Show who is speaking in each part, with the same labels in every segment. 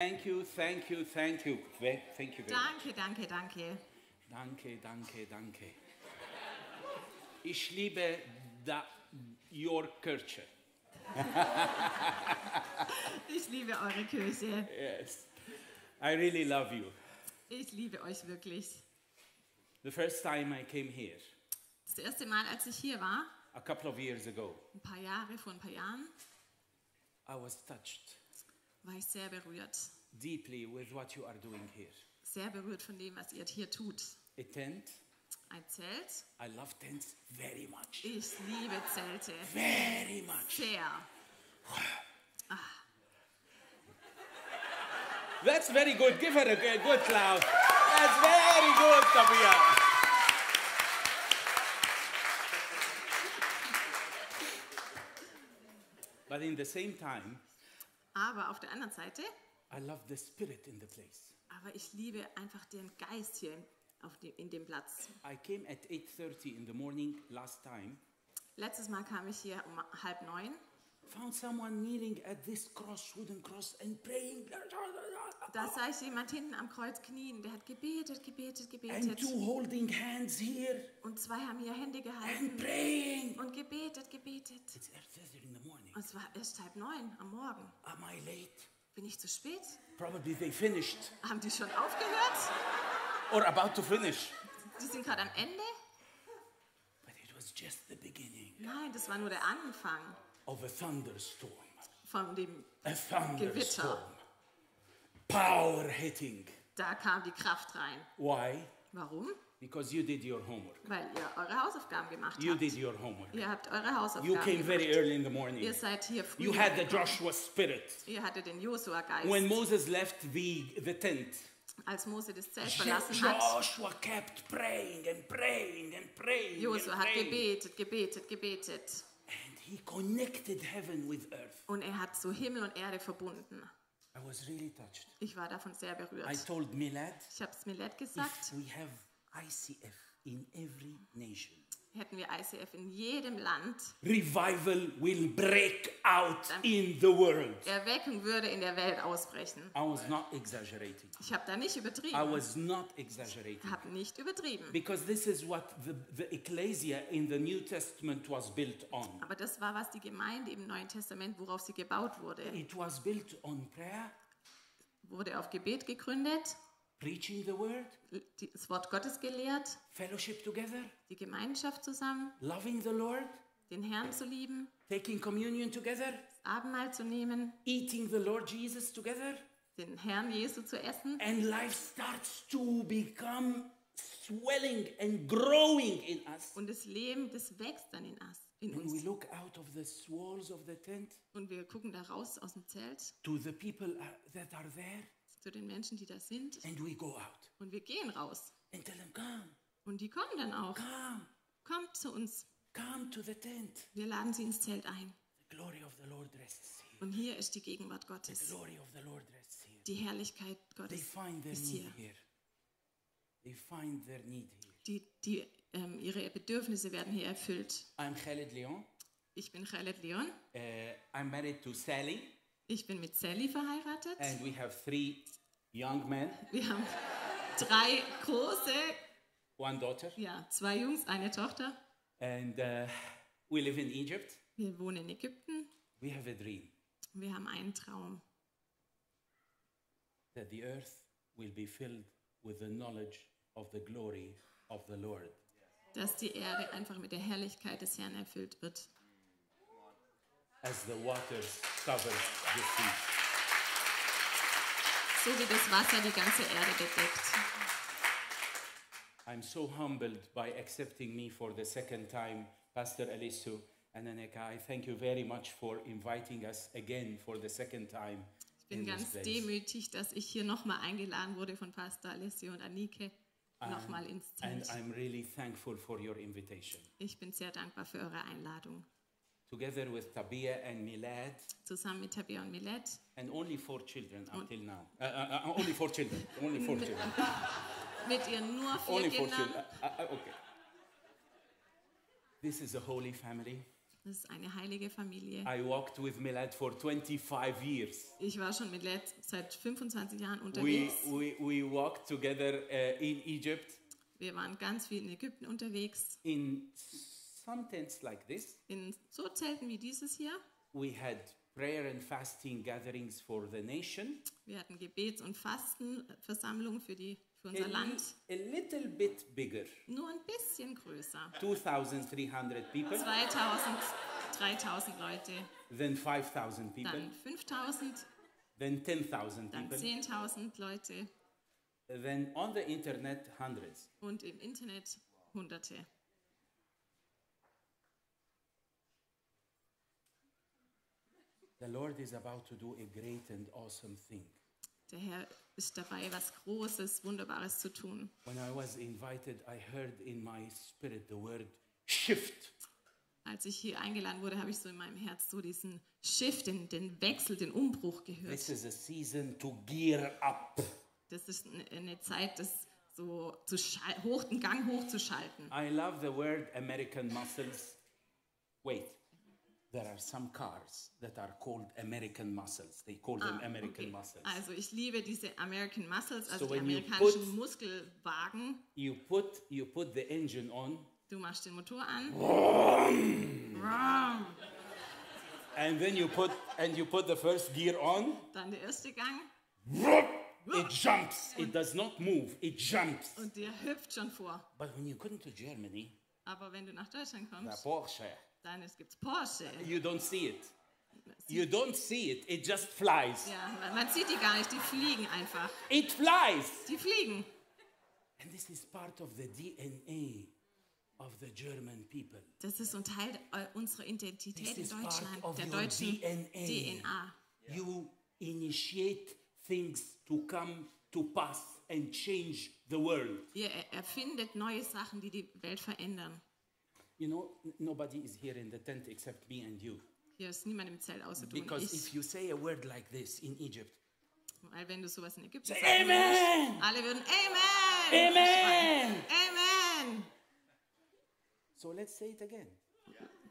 Speaker 1: Thank you, thank you, thank you. Ve- Thank you very much.
Speaker 2: Danke, danke, danke.
Speaker 1: Danke, danke, danke. Ich liebe da, your Kirche.
Speaker 2: Ich liebe eure Kirche.
Speaker 1: Yes. I really love you.
Speaker 2: Ich liebe euch wirklich.
Speaker 1: The first time I came here,
Speaker 2: Das erste Mal, als ich hier war,
Speaker 1: a couple of years ago,
Speaker 2: ein paar Jahre, vor ein paar Jahren,
Speaker 1: I was touched
Speaker 2: war ich sehr berührt.
Speaker 1: deeply with what you are doing here.
Speaker 2: Sehr berührt von dem, was ihr hier tut.
Speaker 1: A tent,
Speaker 2: Ein Zelt.
Speaker 1: I love tents very much.
Speaker 2: Ich liebe Zelte.
Speaker 1: Very much.
Speaker 2: Sehr.
Speaker 1: That's very good. Give her a g- good clap. That's very good, Tabia. But in the same time,
Speaker 2: Aber auf der anderen Seite,
Speaker 1: I love the spirit in the place.
Speaker 2: aber ich liebe einfach den Geist hier auf dem, in dem Platz.
Speaker 1: I came at 8:30 in the morning last time.
Speaker 2: Letztes Mal kam ich hier um halb neun.
Speaker 1: Found someone kneeling at this cross, wooden cross, and praying.
Speaker 2: Da sah ich jemand hinten am Kreuz knien, der hat gebetet, gebetet,
Speaker 1: And
Speaker 2: gebetet.
Speaker 1: two holding hands here
Speaker 2: Und zwei haben hier Hände gehalten
Speaker 1: and praying.
Speaker 2: und gebetet, gebetet.
Speaker 1: It's 8:30 in the morning.
Speaker 2: Und es war erst halb neun am Morgen.
Speaker 1: Am I late?
Speaker 2: Bin ich zu spät?
Speaker 1: Probably they finished
Speaker 2: Haben die schon aufgehört?
Speaker 1: or about to finish.
Speaker 2: Die sind gerade am Ende?
Speaker 1: But it was just the beginning
Speaker 2: Nein, das war nur der Anfang
Speaker 1: of a thunderstorm.
Speaker 2: von dem.
Speaker 1: A thunderstorm. Power hitting.
Speaker 2: Da kam die Kraft rein.
Speaker 1: Why?
Speaker 2: Warum?
Speaker 1: Because you did your homework.
Speaker 2: Weil ihr eure Hausaufgaben gemacht
Speaker 1: You
Speaker 2: habt.
Speaker 1: did your homework.
Speaker 2: Ihr habt eure Hausaufgaben
Speaker 1: You came very
Speaker 2: gemacht.
Speaker 1: early in the morning.
Speaker 2: Ihr seid hier früh.
Speaker 1: You had the Joshua spirit.
Speaker 2: Ihr hattet den Josua-Geist.
Speaker 1: When Moses left the, the tent,
Speaker 2: Als Mose das Zelt verlassen hat,
Speaker 1: Joshua kept praying and praying and praying.
Speaker 2: Josua
Speaker 1: and,
Speaker 2: hat
Speaker 1: praying.
Speaker 2: gebetet, gebetet, gebetet.
Speaker 1: and he connected heaven with earth.
Speaker 2: Und er hat so Himmel und Erde verbunden.
Speaker 1: I was really touched.
Speaker 2: Ich war davon sehr
Speaker 1: I
Speaker 2: berührt.
Speaker 1: told Milad,
Speaker 2: Ich habe es Millet gesagt,
Speaker 1: if we have ICF in every nation,
Speaker 2: hätten wir ICF in jedem Land,
Speaker 1: revival will break out
Speaker 2: Dann-
Speaker 1: in the world.
Speaker 2: Erweckung würde in der Welt ausbrechen.
Speaker 1: I was not exaggerating.
Speaker 2: Ich habe da nicht übertrieben.
Speaker 1: I was not exaggerating.
Speaker 2: habe nicht übertrieben.
Speaker 1: Because this is what the, the ecclesia in the New Testament was built on.
Speaker 2: Aber das war, was die Gemeinde im Neuen Testament, worauf sie gebaut wurde.
Speaker 1: It was built on prayer,
Speaker 2: Wurde auf Gebet gegründet,
Speaker 1: preaching the word,
Speaker 2: die- das Wort Gottes gelehrt,
Speaker 1: fellowship together,
Speaker 2: die Gemeinschaft zusammen,
Speaker 1: loving the Lord,
Speaker 2: den Herrn zu lieben,
Speaker 1: taking communion together,
Speaker 2: das Abendmahl zu nehmen,
Speaker 1: eating the Lord Jesus together,
Speaker 2: den Herrn Jesu zu essen.
Speaker 1: and life starts to become swelling and growing in us.
Speaker 2: Und das Leben, das wächst dann in us- in
Speaker 1: When we
Speaker 2: uns.
Speaker 1: look out of the walls of the tent
Speaker 2: Und wir gucken da raus aus dem Zelt
Speaker 1: to the people are- that are there,
Speaker 2: zu den Menschen, die da sind.
Speaker 1: and we go out
Speaker 2: Und wir gehen raus.
Speaker 1: and tell them, Come,
Speaker 2: Und die kommen dann auch.
Speaker 1: come,
Speaker 2: Kommt zu uns.
Speaker 1: come to the tent.
Speaker 2: Wir laden sie ins Zelt ein.
Speaker 1: The glory of the Lord rests here.
Speaker 2: Und hier ist die Gegenwart Gottes.
Speaker 1: The glory of the Lord rests here.
Speaker 2: Die Herrlichkeit
Speaker 1: They
Speaker 2: Gottes
Speaker 1: find their
Speaker 2: ist
Speaker 1: need
Speaker 2: hier.
Speaker 1: here. They find their need here.
Speaker 2: Die, die, ähm, ihre Bedürfnisse werden hier erfüllt.
Speaker 1: I'm Khaled Leon.
Speaker 2: Ich bin Khaled Leon.
Speaker 1: Uh, I'm married to Sally,
Speaker 2: Ich bin mit Sally verheiratet.
Speaker 1: and we have three young men,
Speaker 2: Wir haben drei große,
Speaker 1: one daughter,
Speaker 2: ja, zwei Jungs, eine Tochter.
Speaker 1: and uh, we live in Egypt.
Speaker 2: Wir wohnen in Ägypten.
Speaker 1: We have a dream
Speaker 2: Wir haben einen Traum,
Speaker 1: that the earth will be filled with the knowledge of the glory of the Lord.
Speaker 2: dass die Erde einfach mit der Herrlichkeit des Herrn erfüllt wird.
Speaker 1: As the waters cover the sea.
Speaker 2: So wie das Wasser die ganze Erde bedeckt.
Speaker 1: I'm so humbled by accepting me for the second time, Pastor Elisu and Aneka. I thank you very much for inviting us again for the second time.
Speaker 2: Ich bin
Speaker 1: in this
Speaker 2: ganz
Speaker 1: place.
Speaker 2: demütig, dass ich hier nochmal eingeladen wurde von Pastor Alessio und Anike. Nochmal ins
Speaker 1: Um, And
Speaker 2: Zelt.
Speaker 1: I'm really thankful for your invitation.
Speaker 2: Ich bin sehr dankbar für eure Einladung.
Speaker 1: Together with Tabia and Milad,
Speaker 2: Zusammen mit Tabea und Millet.
Speaker 1: and only four children until now. Uh, uh, uh, only four children. Only four children.
Speaker 2: Mit ihren nur vier
Speaker 1: Only four
Speaker 2: Kindern.
Speaker 1: children. Uh, uh, okay. This is a holy family.
Speaker 2: Das ist eine heilige Familie.
Speaker 1: I walked with Milad for 25 years.
Speaker 2: Ich war schon mit Led seit 25 Jahren
Speaker 1: We,
Speaker 2: unterwegs.
Speaker 1: we, we walked together uh, in Egypt
Speaker 2: Wir waren ganz viel in Ägypten unterwegs.
Speaker 1: in some tents like this.
Speaker 2: In so Zelten wie dieses hier.
Speaker 1: We had prayer and fasting gatherings for the nation.
Speaker 2: Wir hatten Gebets- und Fastenversammlungen für, die, für
Speaker 1: A,
Speaker 2: unser Land.
Speaker 1: li- a little bit bigger,
Speaker 2: Nur ein bisschen größer.
Speaker 1: 2,300 people,
Speaker 2: 2000, 3000 Leute,
Speaker 1: then 5,000 people,
Speaker 2: dann 5000,
Speaker 1: then 10,000
Speaker 2: dann
Speaker 1: people,
Speaker 2: 10.000 Leute
Speaker 1: then on the internet, hundreds.
Speaker 2: und im Internet Hunderte.
Speaker 1: The Lord is about to do a great and awesome thing.
Speaker 2: Der Herr ist dabei, was Großes, Wunderbares zu tun.
Speaker 1: When I was invited, I heard in my spirit the word shift.
Speaker 2: Als ich hier eingeladen wurde, habe ich so in meinem Herz so diesen Shift, den, den Wechsel, den Umbruch
Speaker 1: This
Speaker 2: gehört.
Speaker 1: is a season to gear up.
Speaker 2: Das ist eine- eine Zeit, das so zu schal- hoch, den Gang hochzuschalten.
Speaker 1: I love the word American muscles. Wait, there are some cars that are called American muscles. They call them American
Speaker 2: Okay.
Speaker 1: muscles.
Speaker 2: Also ich liebe diese American Muscles, also
Speaker 1: So
Speaker 2: die
Speaker 1: when you
Speaker 2: amerikanischen
Speaker 1: put-
Speaker 2: Muskelwagen.
Speaker 1: You put you put the engine on,
Speaker 2: Du machst den Motor an
Speaker 1: and then you put and you put the first gear on.
Speaker 2: Dann der erste Gang
Speaker 1: It jumps. It does not move. It jumps.
Speaker 2: und der hüpft schon vor.
Speaker 1: But when you come to Germany,
Speaker 2: Aber wenn du nach Deutschland
Speaker 1: the
Speaker 2: kommst,
Speaker 1: Porsche.
Speaker 2: dann es gibt's Porsche.
Speaker 1: You don't see it. You don't see it. It just flies.
Speaker 2: Ja, man- man sieht die gar nicht, die fliegen einfach.
Speaker 1: It flies.
Speaker 2: Die fliegen.
Speaker 1: And this is part of the DNA of the German people.
Speaker 2: Das ist so ein Teil äh, unserer Identität
Speaker 1: This
Speaker 2: in
Speaker 1: is part
Speaker 2: Deutschland,
Speaker 1: of
Speaker 2: der
Speaker 1: your
Speaker 2: deutschen
Speaker 1: DNA.
Speaker 2: DNA.
Speaker 1: You initiate things to come to pass and change the world.
Speaker 2: Ihr er- erfindet neue Sachen, die die Welt verändern.
Speaker 1: You know, n- nobody is here in the tent except me and you.
Speaker 2: Hier ist niemand im Zelt außer du und
Speaker 1: Because
Speaker 2: ich.
Speaker 1: if you say a word like this in Egypt,
Speaker 2: Weil wenn du sowas in Ägypten
Speaker 1: say,
Speaker 2: sagen würdest,
Speaker 1: Amen!
Speaker 2: alle würden Amen!
Speaker 1: Amen!
Speaker 2: Amen!
Speaker 1: So let's say it again.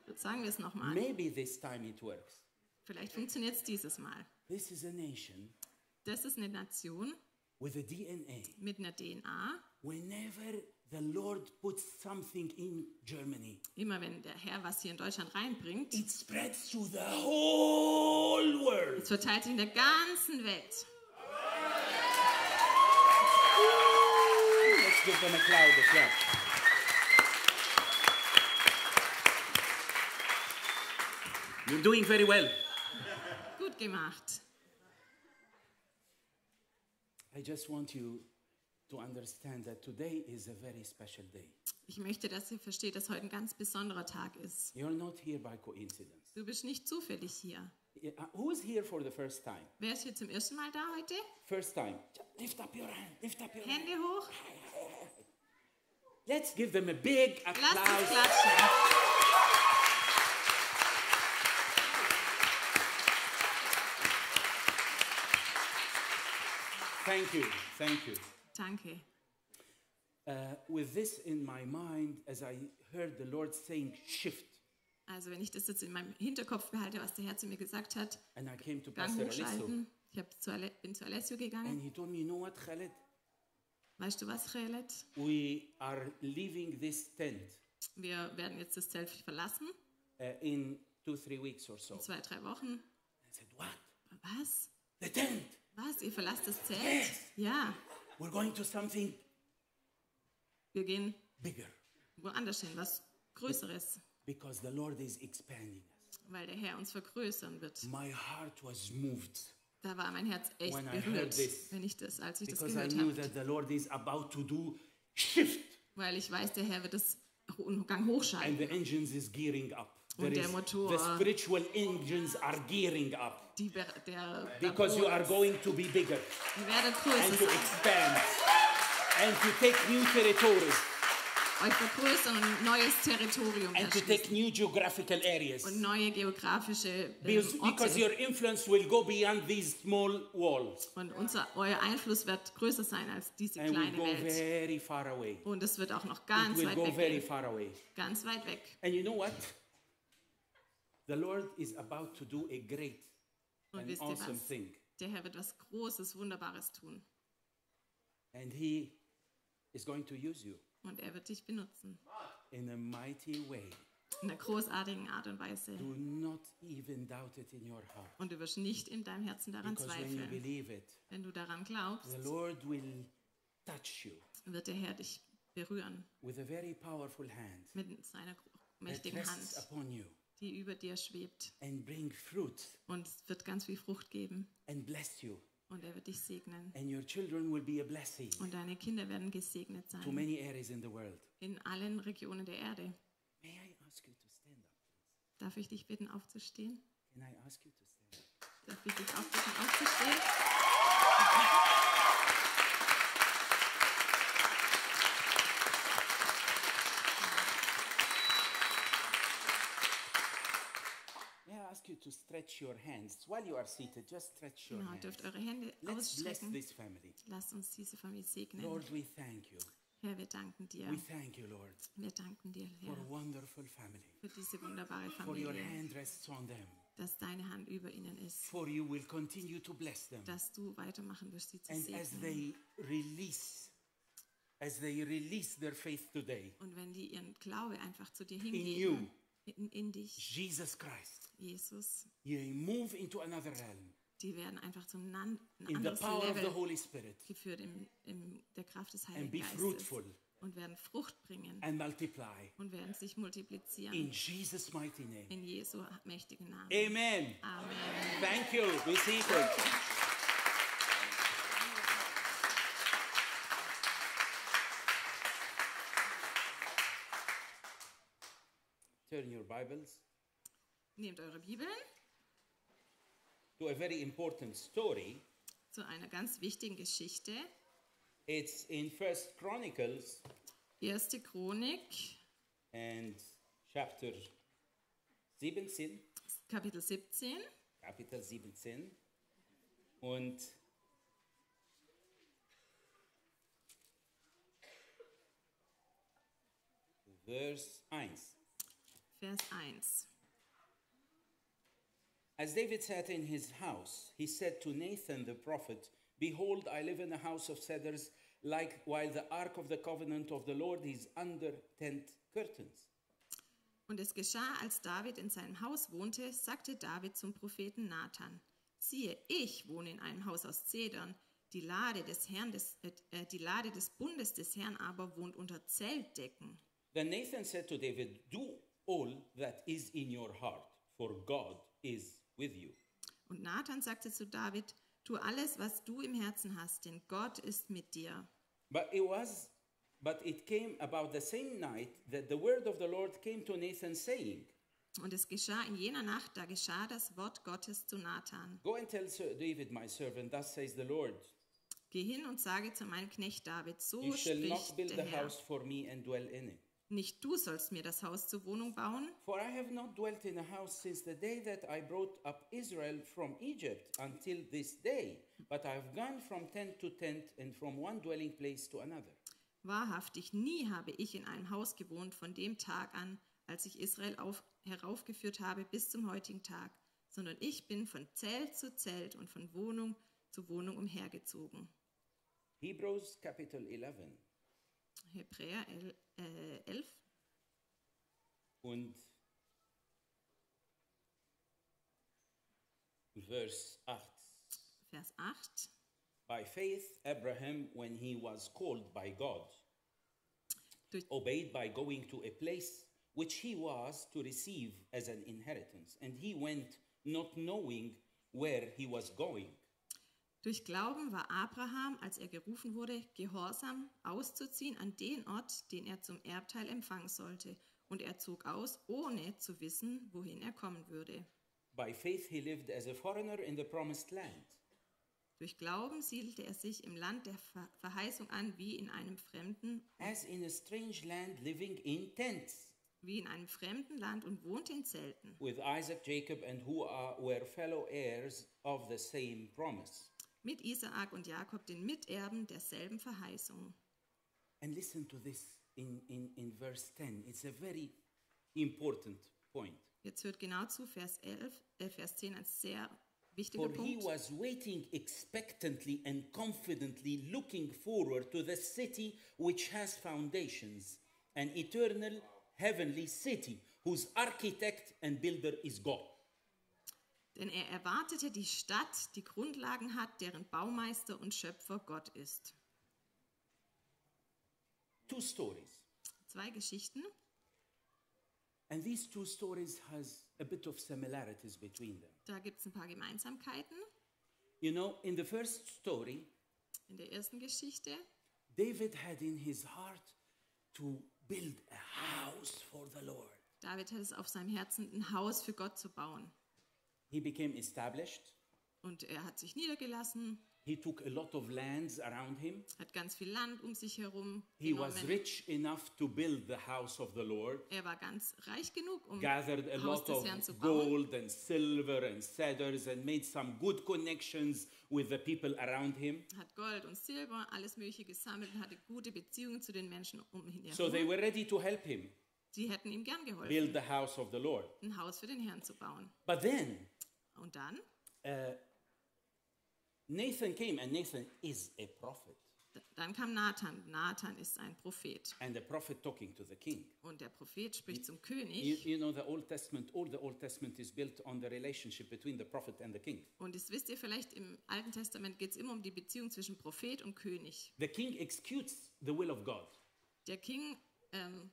Speaker 2: Jetzt sagen wir es nochmal.
Speaker 1: Maybe this time it works.
Speaker 2: Vielleicht funktioniert es dieses Mal.
Speaker 1: This is a nation
Speaker 2: Das ist eine Nation
Speaker 1: with a DNA.
Speaker 2: mit einer DNA.
Speaker 1: Whenever the Lord puts something in Germany,
Speaker 2: Immer wenn der Herr was hier in Deutschland reinbringt,
Speaker 1: it spreads to the whole world.
Speaker 2: es verteilt sich in der ganzen Welt.
Speaker 1: Let's give them a cloud of applause. You're doing very well.
Speaker 2: Gut gemacht.
Speaker 1: I just want you to understand that today is a very special day.
Speaker 2: Ich möchte, dass ihr versteht, dass heute ein ganz besonderer Tag ist.
Speaker 1: You're not here by coincidence.
Speaker 2: Du bist nicht zufällig hier.
Speaker 1: Yeah, uh, Who's here for the first time?
Speaker 2: Wer ist hier zum ersten Mal da heute?
Speaker 1: First time. Just lift up your hand. Lift up your hand.
Speaker 2: Hände hoch.
Speaker 1: Let's give them a big
Speaker 2: Lasst uns
Speaker 1: applause.
Speaker 2: klatschen.
Speaker 1: Thank you. Thank you.
Speaker 2: Danke.
Speaker 1: Uh, with this in my mind, as I heard the Lord saying shift,
Speaker 2: Also wenn ich das jetzt in meinem Hinterkopf behalte, was der Herr zu mir gesagt hat,
Speaker 1: and I came to
Speaker 2: Gang
Speaker 1: Pastor Aliso,
Speaker 2: hochschalten. Ich hab zu Ale bin zu Alessio
Speaker 1: and
Speaker 2: gegangen.
Speaker 1: he told me, you know what, Khaled,
Speaker 2: Weißt du was, Relet?
Speaker 1: we are leaving this tent
Speaker 2: Wir werden jetzt das Zelt verlassen.
Speaker 1: uh, in two, three weeks or so. I
Speaker 2: Zwei, drei Wochen.
Speaker 1: said, what?
Speaker 2: Was?
Speaker 1: The tent?
Speaker 2: Was? Ihr verlasst das Zelt? Ja.
Speaker 1: We're going to something
Speaker 2: Wir gehen
Speaker 1: bigger
Speaker 2: woanders hin, was Größeres,
Speaker 1: because the Lord is expanding us.
Speaker 2: weil der Herr uns vergrößern wird.
Speaker 1: My heart was moved
Speaker 2: Da war mein Herz echt
Speaker 1: When I heard
Speaker 2: berührt,
Speaker 1: this,
Speaker 2: wenn ich das, als ich das
Speaker 1: because I
Speaker 2: gehört
Speaker 1: knew
Speaker 2: habe.
Speaker 1: that the Lord is about to do shift
Speaker 2: Weil ich weiß, der Herr wird das Ho- Gang
Speaker 1: and
Speaker 2: hochschalten.
Speaker 1: the engines is gearing up.
Speaker 2: Und
Speaker 1: There
Speaker 2: der
Speaker 1: is-
Speaker 2: Motor-
Speaker 1: the spiritual engines are gearing up.
Speaker 2: Die, Ber- der, der
Speaker 1: Because you
Speaker 2: Boden-
Speaker 1: are going to be bigger
Speaker 2: Ihr werdet
Speaker 1: and to
Speaker 2: größer sein,
Speaker 1: expand and to take new territories
Speaker 2: euch vergrößern und ein neues Territorium
Speaker 1: and to
Speaker 2: erschließen
Speaker 1: take new geographical areas.
Speaker 2: und neue geografische
Speaker 1: Because,
Speaker 2: ähm,
Speaker 1: also, because
Speaker 2: Orte.
Speaker 1: your influence will go beyond these small walls
Speaker 2: Und unser, euer Einfluss wird größer sein als diese
Speaker 1: and will
Speaker 2: kleine
Speaker 1: go
Speaker 2: Welt.
Speaker 1: very far away.
Speaker 2: Und es wird auch noch
Speaker 1: It
Speaker 2: ganz
Speaker 1: will
Speaker 2: weit
Speaker 1: go
Speaker 2: weg
Speaker 1: very
Speaker 2: gehen.
Speaker 1: far away.
Speaker 2: Ganz weit weg.
Speaker 1: And you know what? The Lord is about to do a great
Speaker 2: Und
Speaker 1: and
Speaker 2: wisst ihr
Speaker 1: awesome
Speaker 2: was?
Speaker 1: thing.
Speaker 2: Der Herr wird was Großes, Wunderbares tun.
Speaker 1: And He is going to use you
Speaker 2: Und er wird dich benutzen.
Speaker 1: in a mighty way.
Speaker 2: In einer großartigen Art und Weise.
Speaker 1: Do not even doubt it in your heart.
Speaker 2: Und du wirst nicht in deinem Herzen daran
Speaker 1: Because when you
Speaker 2: zweifeln.
Speaker 1: believe it,
Speaker 2: Wenn du daran glaubst,
Speaker 1: the Lord will touch you
Speaker 2: wird der Herr dich berühren
Speaker 1: with a very powerful hand
Speaker 2: mit seiner gro-
Speaker 1: that
Speaker 2: mächtigen
Speaker 1: rests
Speaker 2: Hand,
Speaker 1: upon you
Speaker 2: die über dir schwebt.
Speaker 1: and bring fruit
Speaker 2: Und es wird ganz viel Frucht geben.
Speaker 1: and bless you.
Speaker 2: Und er wird dich segnen.
Speaker 1: And your children will be a blessing
Speaker 2: Und deine Kinder werden gesegnet
Speaker 1: to
Speaker 2: sein.
Speaker 1: many areas in the world.
Speaker 2: In allen Regionen der Erde.
Speaker 1: May I ask you to stand up?
Speaker 2: Darf ich dich bitten, aufzustehen?
Speaker 1: Can I ask you to stand up?
Speaker 2: Darf ich dich auch bitten, aufzustehen?
Speaker 1: May I ask you to stretch your hands while you are seated? Just stretch your
Speaker 2: Genau,
Speaker 1: hands.
Speaker 2: dürft eure Hände
Speaker 1: Let's bless
Speaker 2: ausstrecken.
Speaker 1: this family.
Speaker 2: Lasst uns diese Familie segnen.
Speaker 1: Lord, we thank you.
Speaker 2: Herr, wir danken dir.
Speaker 1: We thank you, Lord,
Speaker 2: Wir danken dir,
Speaker 1: for
Speaker 2: Herr,
Speaker 1: a wonderful family.
Speaker 2: für diese wunderbare
Speaker 1: For your
Speaker 2: Familie,
Speaker 1: hand rests on them.
Speaker 2: dass deine Hand über ihnen ist,
Speaker 1: For you will continue to bless them.
Speaker 2: dass du weitermachen wirst, sie zu
Speaker 1: And as
Speaker 2: segnen.
Speaker 1: they release, as they release their faith today
Speaker 2: Und wenn die ihren Glaube einfach zu dir
Speaker 1: you.
Speaker 2: hingeben, in, in dich,
Speaker 1: Jesus Christ,
Speaker 2: Jesus,
Speaker 1: you move into another realm
Speaker 2: die werden einfach zum nan,
Speaker 1: in
Speaker 2: ein
Speaker 1: the
Speaker 2: anderes
Speaker 1: power of the
Speaker 2: Level
Speaker 1: Holy Spirit
Speaker 2: geführt in, in der Kraft des
Speaker 1: And
Speaker 2: Heiligen
Speaker 1: be
Speaker 2: Geistes
Speaker 1: fruitful.
Speaker 2: und werden Frucht bringen
Speaker 1: and multiply
Speaker 2: und werden sich
Speaker 1: in
Speaker 2: multiplizieren.
Speaker 1: Jesus' mighty name.
Speaker 2: In Jesu mächtigen Namen.
Speaker 1: Amen.
Speaker 2: Amen.
Speaker 1: Thank you. Be seated. Turn your Bibles
Speaker 2: Nehmt eure Bibeln
Speaker 1: to a very important story.
Speaker 2: zu einer ganz wichtigen Geschichte.
Speaker 1: It's in First Chronicles
Speaker 2: Erste Chronik,
Speaker 1: and chapter 17,
Speaker 2: Kapitel 17.
Speaker 1: Kapitel 17. Und Vers 1.
Speaker 2: Vers 1.
Speaker 1: As David sat in his house, he said to Nathan the prophet, Behold, I live in a house of cedars, like while the ark of the covenant of the Lord is under tent curtains.
Speaker 2: Und es geschah, als David in seinem Haus wohnte, sagte David zum Propheten Nathan: Siehe, ich wohne in einem Haus aus Zedern. Die Lade des, Herrn des, äh, äh, die Lade des Bundes des Herrn aber wohnt unter Zeltdecken.
Speaker 1: Then Nathan said to David, Do all that is in your heart, for God is with you.
Speaker 2: Und Nathan sagte zu David: Tu alles, was du im Herzen hast, denn Gott ist mit dir.
Speaker 1: But it was but it came about the same night that the word of the Lord came to Nathan saying,
Speaker 2: Und es geschah in jener Nacht, da geschah das Wort Gottes zu Nathan.
Speaker 1: Go and tell Sir David my servant, thus says the Lord,
Speaker 2: Geh hin und sage zu meinem Knecht David, so
Speaker 1: you shall not
Speaker 2: spricht
Speaker 1: build
Speaker 2: der
Speaker 1: the
Speaker 2: Herr.
Speaker 1: house for me and dwell in it.
Speaker 2: Nicht du sollst mir das Haus zur Wohnung bauen,
Speaker 1: For I have not dwelt in a house since the day that I brought up Israel from Egypt until this day, but I have gone from tent to tent and from one dwelling place to another.
Speaker 2: Wahrhaftig, nie habe ich in einem Haus gewohnt von dem Tag an, als ich Israel auf, heraufgeführt habe bis zum heutigen Tag, sondern ich bin von Zelt zu Zelt und von Wohnung zu Wohnung umhergezogen.
Speaker 1: Hebrews capital 11
Speaker 2: Hebräer el- äh, 11,
Speaker 1: und Vers 8.
Speaker 2: Vers 8.
Speaker 1: By faith, Abraham, when he was called by God,
Speaker 2: Durch,
Speaker 1: obeyed by going to a place which he was to receive as an inheritance, and he went not knowing where he was going.
Speaker 2: durch Glauben war Abraham, als er gerufen wurde, gehorsam auszuziehen an den Ort, den er zum Erbteil empfangen sollte. Und er zog aus, ohne zu wissen, wohin er kommen würde.
Speaker 1: By faith, he lived as a foreigner in the promised land,
Speaker 2: Durch Glauben siedelte er sich im Land der Ver Verheißung an, wie in einem fremden,
Speaker 1: as in a strange land, living in tents
Speaker 2: wie in einem fremden Land und wohnte in Zelten,
Speaker 1: with Isaac, Jacob, and who are, were fellow heirs of the same promise.
Speaker 2: mit Isaak und Jakob, den Miterben derselben Verheißung.
Speaker 1: And listen to this in, in, in verse 10. It's a very important point.
Speaker 2: Jetzt hört genau zu, Vers 11, äh, Vers 10, ein sehr wichtiger
Speaker 1: For he
Speaker 2: Punkt.
Speaker 1: was waiting expectantly and confidently, looking forward to the city which has foundations, an eternal heavenly city whose architect and builder is God.
Speaker 2: Denn er erwartete die Stadt, die Grundlagen hat, deren Baumeister und Schöpfer Gott ist.
Speaker 1: Two stories.
Speaker 2: Zwei Geschichten.
Speaker 1: And these two stories has a bit of similarities between them.
Speaker 2: Da gibt es ein paar Gemeinsamkeiten.
Speaker 1: You know, in the first story,
Speaker 2: In der ersten Geschichte,
Speaker 1: David had in his heart to build a house for the Lord.
Speaker 2: David hat es auf seinem Herzen, ein Haus für Gott zu bauen.
Speaker 1: He became established.
Speaker 2: Und er hat sich niedergelassen,
Speaker 1: He took a lot of lands around him.
Speaker 2: hat ganz viel Land um sich herum
Speaker 1: He was
Speaker 2: genommen.
Speaker 1: rich enough to build the house of the Lord,
Speaker 2: Er war ganz reich genug, um
Speaker 1: gathered a
Speaker 2: Haus
Speaker 1: lot
Speaker 2: des
Speaker 1: of
Speaker 2: Herrn zu bauen.
Speaker 1: gold and silver and cedars, and made some good connections with the people around him.
Speaker 2: Hat Gold und Silber, alles Mögliche gesammelt und hatte gute Beziehungen zu den Menschen um ihn
Speaker 1: So they
Speaker 2: herum.
Speaker 1: were ready to help him
Speaker 2: Die hätten ihm gern geholfen,
Speaker 1: build the house of the Lord.
Speaker 2: ein Haus für den Herrn zu bauen.
Speaker 1: But then
Speaker 2: Und dann,
Speaker 1: uh, Nathan came, and Nathan is a prophet,
Speaker 2: dann kam Nathan. Nathan ist ein Prophet.
Speaker 1: and the prophet talking to the king.
Speaker 2: Und der Prophet spricht zum
Speaker 1: You,
Speaker 2: König.
Speaker 1: you know, the Old Testament, all the Old Testament is built on the relationship between the prophet and the king.
Speaker 2: Und das wisst ihr vielleicht, im Alten Testament geht es immer um die Beziehung zwischen Prophet und König.
Speaker 1: The king executes the will of God.
Speaker 2: Der King, ähm,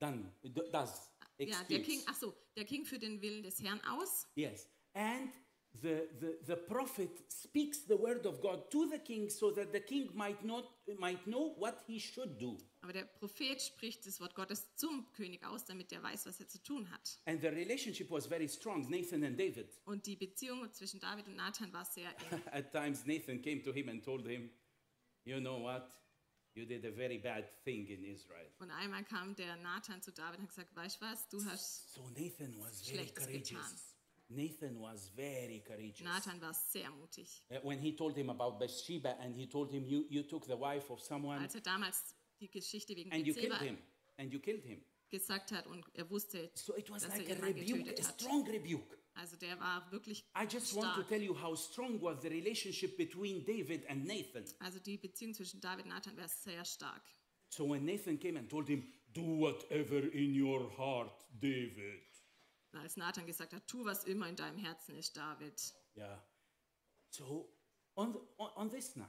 Speaker 1: Done. D- does.
Speaker 2: ja, der
Speaker 1: Executes.
Speaker 2: King, ach so, der King führt den Willen des Herrn aus.
Speaker 1: Yes. And the, the, the prophet speaks the word of God to the king so that the king might, not, might know what he should do.
Speaker 2: Aber der Prophet spricht das Wort Gottes zum König aus, damit er weiß, was er zu tun hat.
Speaker 1: And the relationship was very strong, Nathan and David.
Speaker 2: Und die Beziehung zwischen David und Nathan war sehr eng.
Speaker 1: At times, Nathan came to him and told him, You know what? You did a very bad thing in Israel.
Speaker 2: Und einmal kam der Nathan zu David und hat gesagt, weißt du was, du hast,
Speaker 1: So Nathan was very
Speaker 2: Schlechtes getan.
Speaker 1: courageous. Nathan was very courageous.
Speaker 2: Nathan war sehr mutig.
Speaker 1: Uh, When he told him about Bathsheba and he told him, You, you took the wife of someone
Speaker 2: Als er damals die Geschichte wegen
Speaker 1: and you killed him.
Speaker 2: Bezeba
Speaker 1: And you killed him.
Speaker 2: gesagt hat und er wusste,
Speaker 1: So it was
Speaker 2: dass
Speaker 1: like
Speaker 2: er
Speaker 1: a
Speaker 2: ihn Mann
Speaker 1: rebuke,
Speaker 2: getötet
Speaker 1: a
Speaker 2: hat.
Speaker 1: strong rebuke.
Speaker 2: Also der war wirklich
Speaker 1: I just want to
Speaker 2: stark.
Speaker 1: tell you how strong was the relationship between David and Nathan.
Speaker 2: Also die Beziehung zwischen David und Nathan war sehr stark.
Speaker 1: So when Nathan came and told him, Do whatever in your heart, David.
Speaker 2: Und Als Nathan gesagt hat, tu was immer in deinem Herzen ist, David.
Speaker 1: Yeah. So on, the, on, on this night,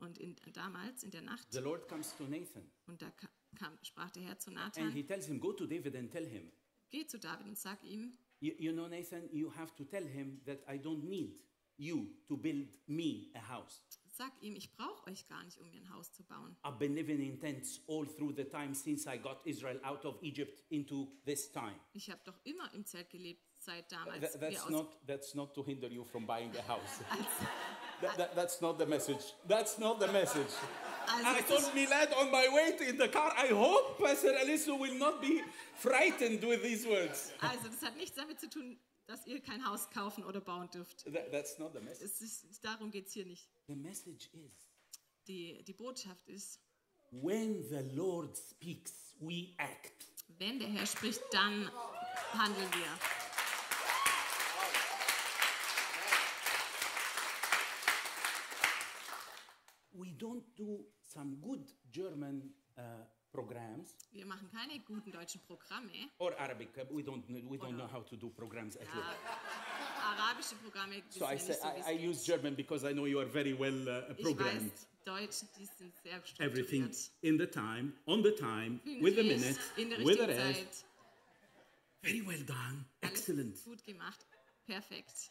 Speaker 2: Und in, damals in der Nacht,
Speaker 1: the Lord comes to Nathan
Speaker 2: und da ka- kam, sprach der Herr zu
Speaker 1: and he
Speaker 2: Nathan,
Speaker 1: tells him, Go to David and tell him,
Speaker 2: geh zu David und sag ihm,
Speaker 1: you, you know, Nathan, you have to tell him that I don't need you to build me a house.
Speaker 2: sag ihm, ich brauche euch gar nicht, um mir ein Haus zu bauen.
Speaker 1: I've been living in tents all through the time since I got Israel out of Egypt into this time.
Speaker 2: Ich habe doch immer im Zelt gelebt, seit damals
Speaker 1: Th-
Speaker 2: wir
Speaker 1: that's
Speaker 2: aus...
Speaker 1: not that's not to hinder you from buying a house. That- that- that's not the message. That's not the message. I
Speaker 2: also,
Speaker 1: told Milad on my way to, in the car. I hope Pastor Aliso will not be frightened with these words.
Speaker 2: also das hat nichts damit zu tun, dass ihr kein Haus kaufen oder bauen dürft.
Speaker 1: That- that's not the message.
Speaker 2: Es ist, darum geht es hier nicht.
Speaker 1: The message is
Speaker 2: Die, die Botschaft ist,
Speaker 1: when the Lord speaks, we act.
Speaker 2: wenn der Herr spricht, dann handeln wir.
Speaker 1: We don't do some good German uh, programs
Speaker 2: Wir machen keine guten deutschen Programme.
Speaker 1: or Arabic. Uh, We don't we don't know how to do programs at all.
Speaker 2: Arabische Programme wissen
Speaker 1: Ah, So I
Speaker 2: wir
Speaker 1: say
Speaker 2: nicht so,
Speaker 1: I, I
Speaker 2: wie es
Speaker 1: use German because I know you are very well uh,
Speaker 2: geht. Ich
Speaker 1: programmed.
Speaker 2: weiß, Deutsche, die sind sehr
Speaker 1: everything
Speaker 2: strukturiert.
Speaker 1: in the time, on the time, with the
Speaker 2: Pünktlich,
Speaker 1: minute,
Speaker 2: in der
Speaker 1: with the
Speaker 2: richtigen
Speaker 1: rest.
Speaker 2: Zeit,
Speaker 1: Very well done.
Speaker 2: alles
Speaker 1: Excellent.
Speaker 2: gut gemacht, perfekt.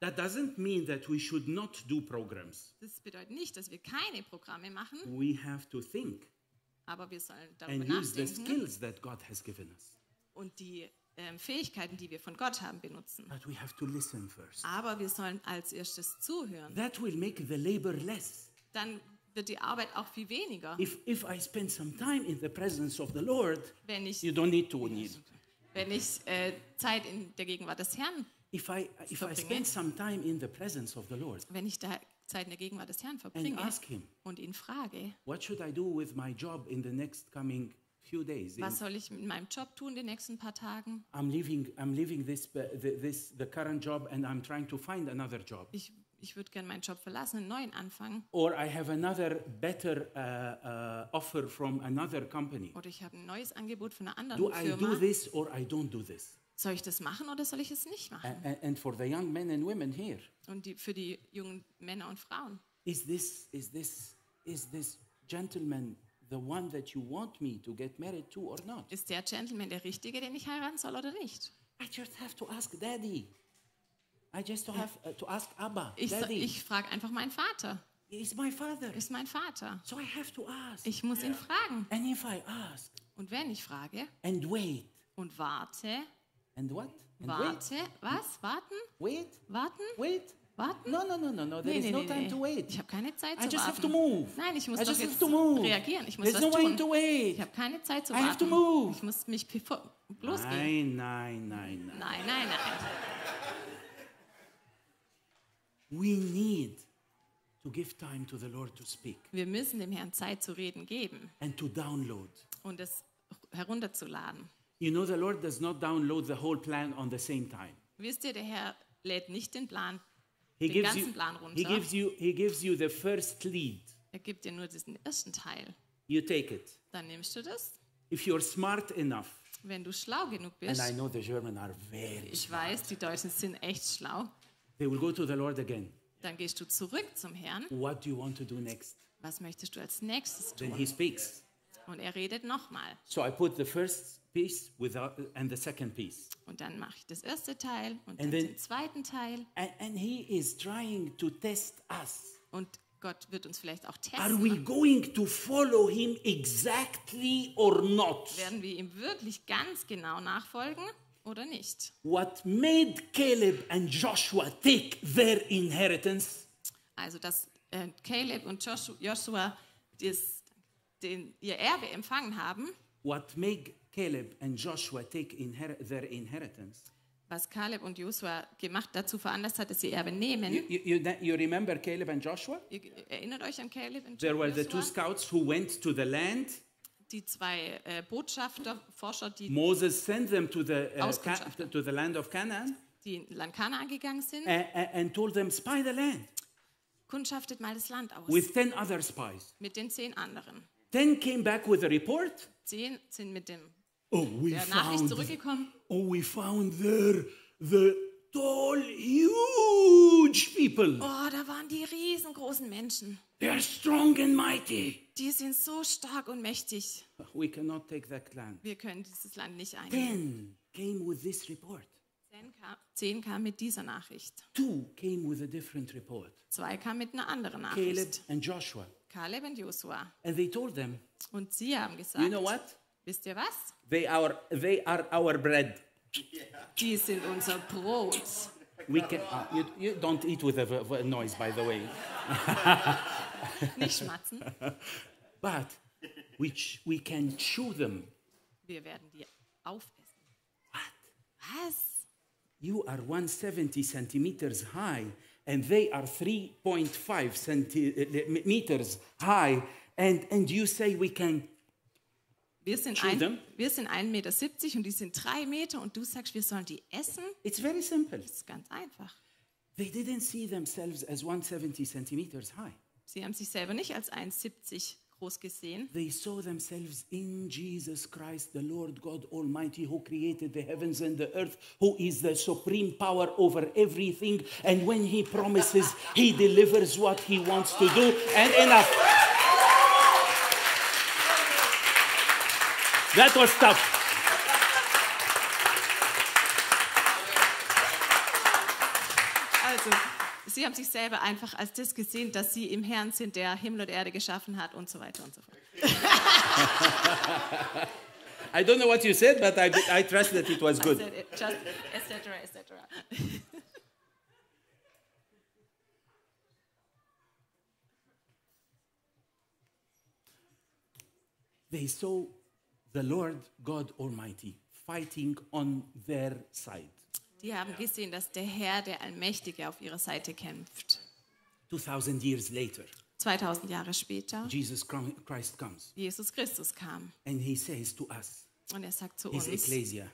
Speaker 1: That doesn't mean that we should not do programs.
Speaker 2: Das bedeutet nicht, dass wir keine Programme machen,
Speaker 1: We have to think
Speaker 2: aber wir sollen darüber
Speaker 1: and use the
Speaker 2: nachdenken
Speaker 1: skills that God has given us.
Speaker 2: und die ähm, Fähigkeiten, die wir von Gott haben, benutzen.
Speaker 1: But we have to listen first.
Speaker 2: Aber wir sollen als erstes zuhören.
Speaker 1: That will make the labor less.
Speaker 2: Dann wird die Arbeit auch viel weniger.
Speaker 1: If, if I spend some time in the presence of the Lord,
Speaker 2: Wenn ich,
Speaker 1: you don't need to need.
Speaker 2: wenn ich äh, Zeit in der Gegenwart des Herrn,
Speaker 1: If I, if I spend some time in the presence of the Lord
Speaker 2: wenn ich da Zeit in der Gegenwart des Herrn
Speaker 1: and
Speaker 2: verbringe
Speaker 1: ask Him,
Speaker 2: und ihn frage,
Speaker 1: what should I do with my job in the next coming few days.
Speaker 2: Was soll ich mit meinem Job tun in den nächsten paar Tagen?
Speaker 1: I'm leaving, I'm leaving this, uh, th- this, the current job and I'm trying to find another job.
Speaker 2: Ich, ich würde gern meinen Job verlassen, einen neuen anfangen.
Speaker 1: Or I have another better uh, uh, offer from another company.
Speaker 2: Oder ich habe ein neues Angebot von einer anderen
Speaker 1: Do I do
Speaker 2: Firma.
Speaker 1: this or I don't do this?
Speaker 2: Soll ich das machen oder soll ich es nicht machen?
Speaker 1: A- a- and for the young men and women here,
Speaker 2: Und die, für die jungen Männer und Frauen.
Speaker 1: is this, is this, is this gentleman the one that you want me to get married to or not?
Speaker 2: Ist der Gentleman der Richtige, den ich heiraten soll oder nicht?
Speaker 1: I just have to ask daddy. I just to have uh, to ask Abba.
Speaker 2: Ich, so,
Speaker 1: daddy,
Speaker 2: ich frage einfach meinen Vater.
Speaker 1: he's my father.
Speaker 2: Ist mein Vater.
Speaker 1: So I have to ask.
Speaker 2: Ich muss ihn fragen.
Speaker 1: and if I ask
Speaker 2: Und wenn ich frage
Speaker 1: and wait
Speaker 2: und warte,
Speaker 1: and what? And
Speaker 2: warte, was? Warten?
Speaker 1: wait,
Speaker 2: Warten?
Speaker 1: wait, wait.
Speaker 2: Warten?
Speaker 1: No, no, no, no, no. There
Speaker 2: Nee,
Speaker 1: is
Speaker 2: nee,
Speaker 1: no
Speaker 2: nee,
Speaker 1: time
Speaker 2: nee.
Speaker 1: to wait.
Speaker 2: Ich habe keine Zeit
Speaker 1: I
Speaker 2: zu
Speaker 1: just
Speaker 2: warten.
Speaker 1: have to move.
Speaker 2: Nein, ich muss
Speaker 1: I
Speaker 2: doch
Speaker 1: just
Speaker 2: jetzt
Speaker 1: have to move.
Speaker 2: reagieren. Ich muss
Speaker 1: There's
Speaker 2: was
Speaker 1: no way
Speaker 2: tun.
Speaker 1: to wait.
Speaker 2: Ich habe keine Zeit zu
Speaker 1: I
Speaker 2: warten.
Speaker 1: have to move.
Speaker 2: Ich muss mich bevor- losgehen.
Speaker 1: Nein, nein, nein, nein.
Speaker 2: Nein, nein, nein.
Speaker 1: We need to give time to the Lord to speak
Speaker 2: Wir müssen dem Herrn Zeit zu reden geben
Speaker 1: and to download.
Speaker 2: und es herunterzuladen.
Speaker 1: You know, the Lord does not download the whole plan on the same time.
Speaker 2: Wisst ihr, der Herr lädt nicht den Plan,
Speaker 1: He
Speaker 2: Den
Speaker 1: gives
Speaker 2: ganzen
Speaker 1: you,
Speaker 2: Plan
Speaker 1: He
Speaker 2: runter.
Speaker 1: gives you he gives you the first lead.
Speaker 2: er gibt dir nur diesen ersten Teil.
Speaker 1: You take it.
Speaker 2: Dann nimmst du das,
Speaker 1: If you're smart enough,
Speaker 2: wenn du schlau genug
Speaker 1: and
Speaker 2: bist.
Speaker 1: I know the Germans are very
Speaker 2: Ich weiß, die Deutschen sind echt schlau.
Speaker 1: they will go to the Lord again.
Speaker 2: Dann gehst du zurück zum Herrn.
Speaker 1: What do you want to do next?
Speaker 2: Was möchtest du als nächstes
Speaker 1: Then
Speaker 2: tun?
Speaker 1: he speaks.
Speaker 2: Und er redet nochmal.
Speaker 1: So I put the first piece without and the second piece.
Speaker 2: Und dann mache ich das erste Teil
Speaker 1: And
Speaker 2: und dann
Speaker 1: then-
Speaker 2: den zweiten Teil.
Speaker 1: And, and he is trying to test us.
Speaker 2: Und Gott wird uns vielleicht auch
Speaker 1: Are we
Speaker 2: testen.
Speaker 1: going to follow him exactly or not?
Speaker 2: Werden wir ihm wirklich ganz genau nachfolgen oder nicht?
Speaker 1: What made Caleb and Joshua take their inheritance
Speaker 2: Also, dass äh, Caleb und Joshu- Joshua das, den, ihr Erbe empfangen haben,
Speaker 1: What made Caleb and Joshua take inher- their inheritance?
Speaker 2: was Caleb und Joshua gemacht dazu veranlasst hat, dass sie Erbe nehmen.
Speaker 1: You, you, you remember Caleb and Joshua?
Speaker 2: Ihr erinnert euch an Caleb und
Speaker 1: There were the two
Speaker 2: Joshua?
Speaker 1: scouts who went to the land.
Speaker 2: die zwei äh, Botschafter, Forscher, die,
Speaker 1: Moses sent them to the, uh, Ca-
Speaker 2: Auskundschafter.
Speaker 1: to the land of Canaan
Speaker 2: die in Land Kanaan gegangen sind,
Speaker 1: and, and told them, spy the land
Speaker 2: kundschaftet mal das Land aus
Speaker 1: with 10 other spies.
Speaker 2: mit den zehn anderen.
Speaker 1: 10 came back with a report.
Speaker 2: Zehn sind mit dem,
Speaker 1: Oh, we
Speaker 2: der Nachricht
Speaker 1: found,
Speaker 2: zurückgekommen.
Speaker 1: oh, we found there the tall, huge people.
Speaker 2: Oh, da waren die riesengroßen Menschen.
Speaker 1: They are strong and mighty.
Speaker 2: Die sind so stark und mächtig.
Speaker 1: We cannot take that land.
Speaker 2: Wir können dieses Land nicht einnehmen.
Speaker 1: 10 came with this report.
Speaker 2: Zehn kam, zehn kam mit dieser Nachricht.
Speaker 1: Two came with a different report.
Speaker 2: Zwei kam mit einer anderen
Speaker 1: Caleb
Speaker 2: Nachricht.
Speaker 1: and Joshua.
Speaker 2: Caleb und Joshua.
Speaker 1: And they told them,
Speaker 2: Und sie haben gesagt,
Speaker 1: you know what?
Speaker 2: wisst ihr was?
Speaker 1: They are, they are our bread.
Speaker 2: Die sind unser Brot.
Speaker 1: We can, ah, you, you don't eat with a v- v- noise, by the way.
Speaker 2: Nicht schmatzen.
Speaker 1: But we, ch- we can chew them.
Speaker 2: Wir werden die aufessen.
Speaker 1: What?
Speaker 2: Was?
Speaker 1: You are 170 centimeters high, and they are 3.5 uh, centimeters high, and, and you say we can.
Speaker 2: Wir sind,
Speaker 1: Chew them.
Speaker 2: ein, wir sind 1,70 Meter und die sind 3 Meter und du sagst, wir sollen die essen?
Speaker 1: It's very simple.
Speaker 2: Das ist ganz einfach.
Speaker 1: They didn't see themselves as 170 centimeters high.
Speaker 2: Sie haben sich selber nicht als 1,70 groß gesehen.
Speaker 1: They saw themselves in Jesus Christ, the Lord God Almighty, who created the heavens and the earth, who is the supreme power over everything. And when He promises, He delivers what He wants to do. And enough. That was tough.
Speaker 2: Also, sie haben sich selber einfach als das gesehen, dass sie im Herrn sind, der Himmel und Erde geschaffen hat und so weiter und so fort.
Speaker 1: I don't know what you said, but I, I trust that it was good.
Speaker 2: Just, et cetera, et cetera.
Speaker 1: They saw the Lord God Almighty fighting on their side.
Speaker 2: Die haben gesehen, dass der Herr, der Allmächtige, auf ihrer Seite kämpft.
Speaker 1: 2,000 years later.
Speaker 2: 2000 Jahre später,
Speaker 1: Jesus Christ comes
Speaker 2: Jesus Christus kam
Speaker 1: and he says to us,
Speaker 2: und er sagt zu
Speaker 1: his
Speaker 2: uns,
Speaker 1: ecclesia,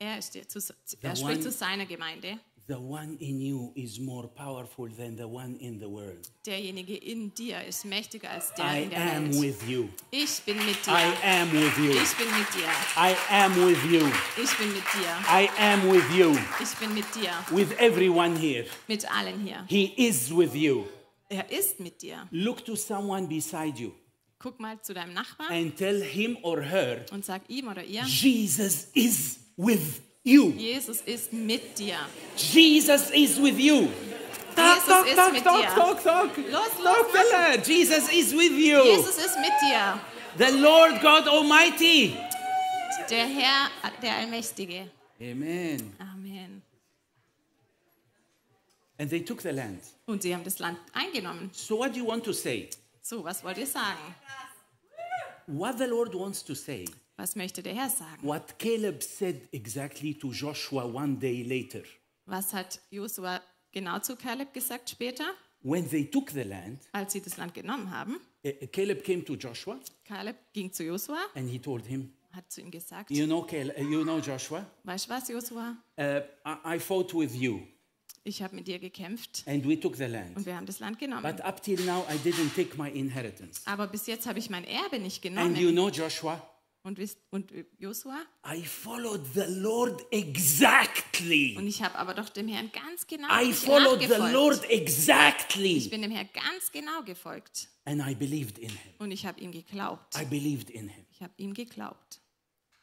Speaker 2: er, ist der, zu,
Speaker 1: The
Speaker 2: er spricht
Speaker 1: one-
Speaker 2: zu seiner Gemeinde,
Speaker 1: the one in you is more powerful than the one in the world.
Speaker 2: derjenige in dir ist mächtiger als der
Speaker 1: I
Speaker 2: in der
Speaker 1: am
Speaker 2: Welt.
Speaker 1: with you.
Speaker 2: Ich bin mit
Speaker 1: I
Speaker 2: dir,
Speaker 1: am with you.
Speaker 2: ich bin mit dir,
Speaker 1: I am with you.
Speaker 2: ich bin mit dir,
Speaker 1: I am with you.
Speaker 2: ich bin mit dir,
Speaker 1: With everyone here.
Speaker 2: mit allen hier.
Speaker 1: He is with you.
Speaker 2: Er ist mit dir.
Speaker 1: Look to someone beside you
Speaker 2: Guck mal zu deinem Nachbarn
Speaker 1: and tell him or her,
Speaker 2: und sag ihm oder ihr,
Speaker 1: Jesus is with you.
Speaker 2: Jesus ist mit dir.
Speaker 1: Jesus is with you. Talk,
Speaker 2: Jesus
Speaker 1: talk,
Speaker 2: is
Speaker 1: talk,
Speaker 2: with
Speaker 1: talk,
Speaker 2: you.
Speaker 1: talk, talk.
Speaker 2: Los,
Speaker 1: Talk,
Speaker 2: los, los.
Speaker 1: fella. Jesus is with you.
Speaker 2: Jesus ist mit dir.
Speaker 1: The Lord God Almighty.
Speaker 2: Der Herr, der Allmächtige.
Speaker 1: Amen.
Speaker 2: Amen.
Speaker 1: And they took the land.
Speaker 2: Und sie haben das Land eingenommen.
Speaker 1: So, what do you want to say?
Speaker 2: So, was wollt ihr sagen?
Speaker 1: What the Lord wants to say,
Speaker 2: Was möchte der Herr sagen?
Speaker 1: what Caleb said exactly to Joshua one day later.
Speaker 2: Was hat Josua genau zu Kaleb gesagt später,
Speaker 1: When they took the land,
Speaker 2: als sie das Land genommen haben?
Speaker 1: uh, Caleb came to Joshua
Speaker 2: Kaleb ging zu Josua,
Speaker 1: and he told him,
Speaker 2: hat zu ihm gesagt:
Speaker 1: You know, Caleb, you know Joshua,
Speaker 2: Weißt du was, Josua?
Speaker 1: uh, I, I fought with you
Speaker 2: Ich habe mit dir gekämpft
Speaker 1: and we took the land.
Speaker 2: und wir haben das Land genommen.
Speaker 1: But up till now, I didn't take my inheritance.
Speaker 2: Aber bis jetzt habe ich mein Erbe nicht
Speaker 1: And you
Speaker 2: genommen.
Speaker 1: know, Joshua,
Speaker 2: Und, wisst- und äh, Josua?
Speaker 1: I followed the Lord exactly.
Speaker 2: Und ich habe aber doch dem Herrn ganz genau
Speaker 1: I followed the Lord
Speaker 2: gefolgt. Ich
Speaker 1: exactly.
Speaker 2: bin dem Herrn ganz genau gefolgt.
Speaker 1: And I believed in him.
Speaker 2: Und ich habe ihm geglaubt.
Speaker 1: I believed in him.
Speaker 2: Ich habe ihm geglaubt.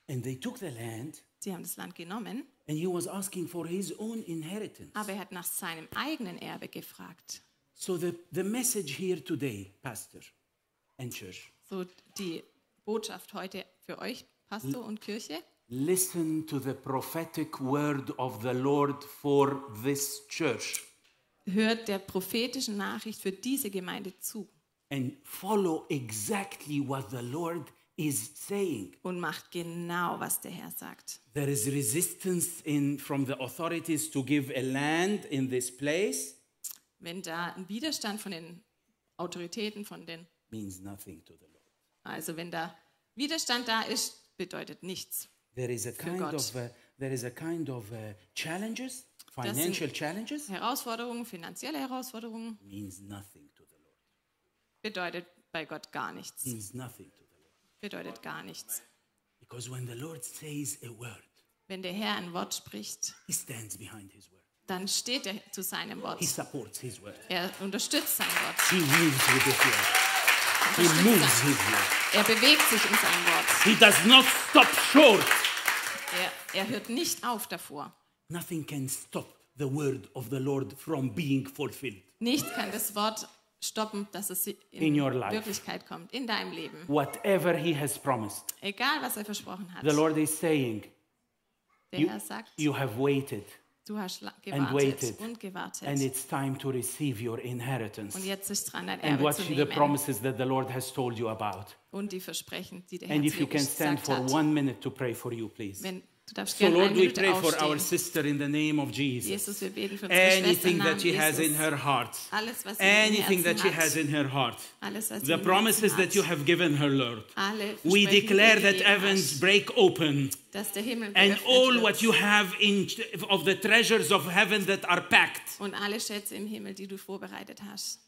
Speaker 1: And they took the land,
Speaker 2: Sie haben das Land genommen,
Speaker 1: and he was asking for his own inheritance.
Speaker 2: aber er hat nach seinem eigenen Erbe gefragt.
Speaker 1: So, the, the message here today, Pastor and Church
Speaker 2: So die Botschaft heute für euch, Pastor und Kirche.
Speaker 1: listen to the prophetic word of the Lord for this church
Speaker 2: Hört der prophetischen Nachricht für diese Gemeinde zu
Speaker 1: and follow exactly what the Lord is saying.
Speaker 2: und macht genau, was der Herr sagt.
Speaker 1: There is resistance in, from the authorities to give a land in this place.
Speaker 2: Wenn da ein Widerstand von den Autoritäten, von den,
Speaker 1: Means nothing to the Lord.
Speaker 2: also wenn da Widerstand da ist, bedeutet nichts.
Speaker 1: There is a kind
Speaker 2: God.
Speaker 1: of uh, there is a kind of uh, challenges, financial challenges.
Speaker 2: Herausforderungen, finanzielle Herausforderungen,
Speaker 1: Means nothing to the Lord.
Speaker 2: bedeutet bei Gott gar nichts.
Speaker 1: Means nothing to the Lord.
Speaker 2: Bedeutet gar nichts.
Speaker 1: Because when the Lord says a word,
Speaker 2: Wenn der Herr ein Wort spricht,
Speaker 1: He stands behind His word.
Speaker 2: dann steht er zu seinem Wort.
Speaker 1: He supports His word.
Speaker 2: Er unterstützt sein Wort.
Speaker 1: He moves with His word. He
Speaker 2: Unterstützt
Speaker 1: moves
Speaker 2: sein.
Speaker 1: His word.
Speaker 2: Er bewegt sich in seinem Wort.
Speaker 1: He does not stop short.
Speaker 2: Er, er hört nicht auf davor.
Speaker 1: Nothing can stop the word of the Lord from being fulfilled.
Speaker 2: Nichts kann das Wort stoppen, dass es in,
Speaker 1: In your life.
Speaker 2: Wirklichkeit kommt, in deinem Leben.
Speaker 1: Whatever He has promised.
Speaker 2: Egal, was er versprochen hat.
Speaker 1: The Lord is saying,
Speaker 2: der
Speaker 1: you,
Speaker 2: Herr sagt,
Speaker 1: you have waited,
Speaker 2: du hast la-
Speaker 1: and
Speaker 2: gewartet
Speaker 1: waited.
Speaker 2: und gewartet.
Speaker 1: and it's time to receive your
Speaker 2: und
Speaker 1: inheritance
Speaker 2: jetzt ist dran, dein
Speaker 1: and
Speaker 2: Erbe
Speaker 1: watch
Speaker 2: zu
Speaker 1: the
Speaker 2: nehmen.
Speaker 1: promises that the Lord has told you about.
Speaker 2: und die Versprechen, die der Herr
Speaker 1: And if
Speaker 2: zu
Speaker 1: you
Speaker 2: dir
Speaker 1: can stand
Speaker 2: gesagt
Speaker 1: for
Speaker 2: hat.
Speaker 1: one minute to pray for you, please.
Speaker 2: Wenn, du darfst
Speaker 1: So,
Speaker 2: gerne
Speaker 1: Lord,
Speaker 2: eine
Speaker 1: we
Speaker 2: Minute
Speaker 1: pray for our
Speaker 2: aufstehen.
Speaker 1: sister in the name of Jesus.
Speaker 2: Jesus, wir beten für unsere Schwester im
Speaker 1: Anything
Speaker 2: Namen
Speaker 1: that she has in
Speaker 2: Jesus.
Speaker 1: her heart,
Speaker 2: Alles, was sie im
Speaker 1: anything
Speaker 2: Herzen
Speaker 1: that she
Speaker 2: hat.
Speaker 1: has in her heart,
Speaker 2: Alles, was sie
Speaker 1: the
Speaker 2: im Herzen
Speaker 1: promises that
Speaker 2: hat.
Speaker 1: you have given her, Lord.
Speaker 2: Alle
Speaker 1: We
Speaker 2: Versprechen, die
Speaker 1: declare
Speaker 2: du
Speaker 1: that
Speaker 2: gegeben
Speaker 1: heavens
Speaker 2: hast,
Speaker 1: break open
Speaker 2: dass der Himmel
Speaker 1: and
Speaker 2: geöffnet
Speaker 1: all
Speaker 2: wird.
Speaker 1: what you have in of the treasures of heaven that are packed
Speaker 2: und alle Schätze im Himmel, die du vorbereitet hast,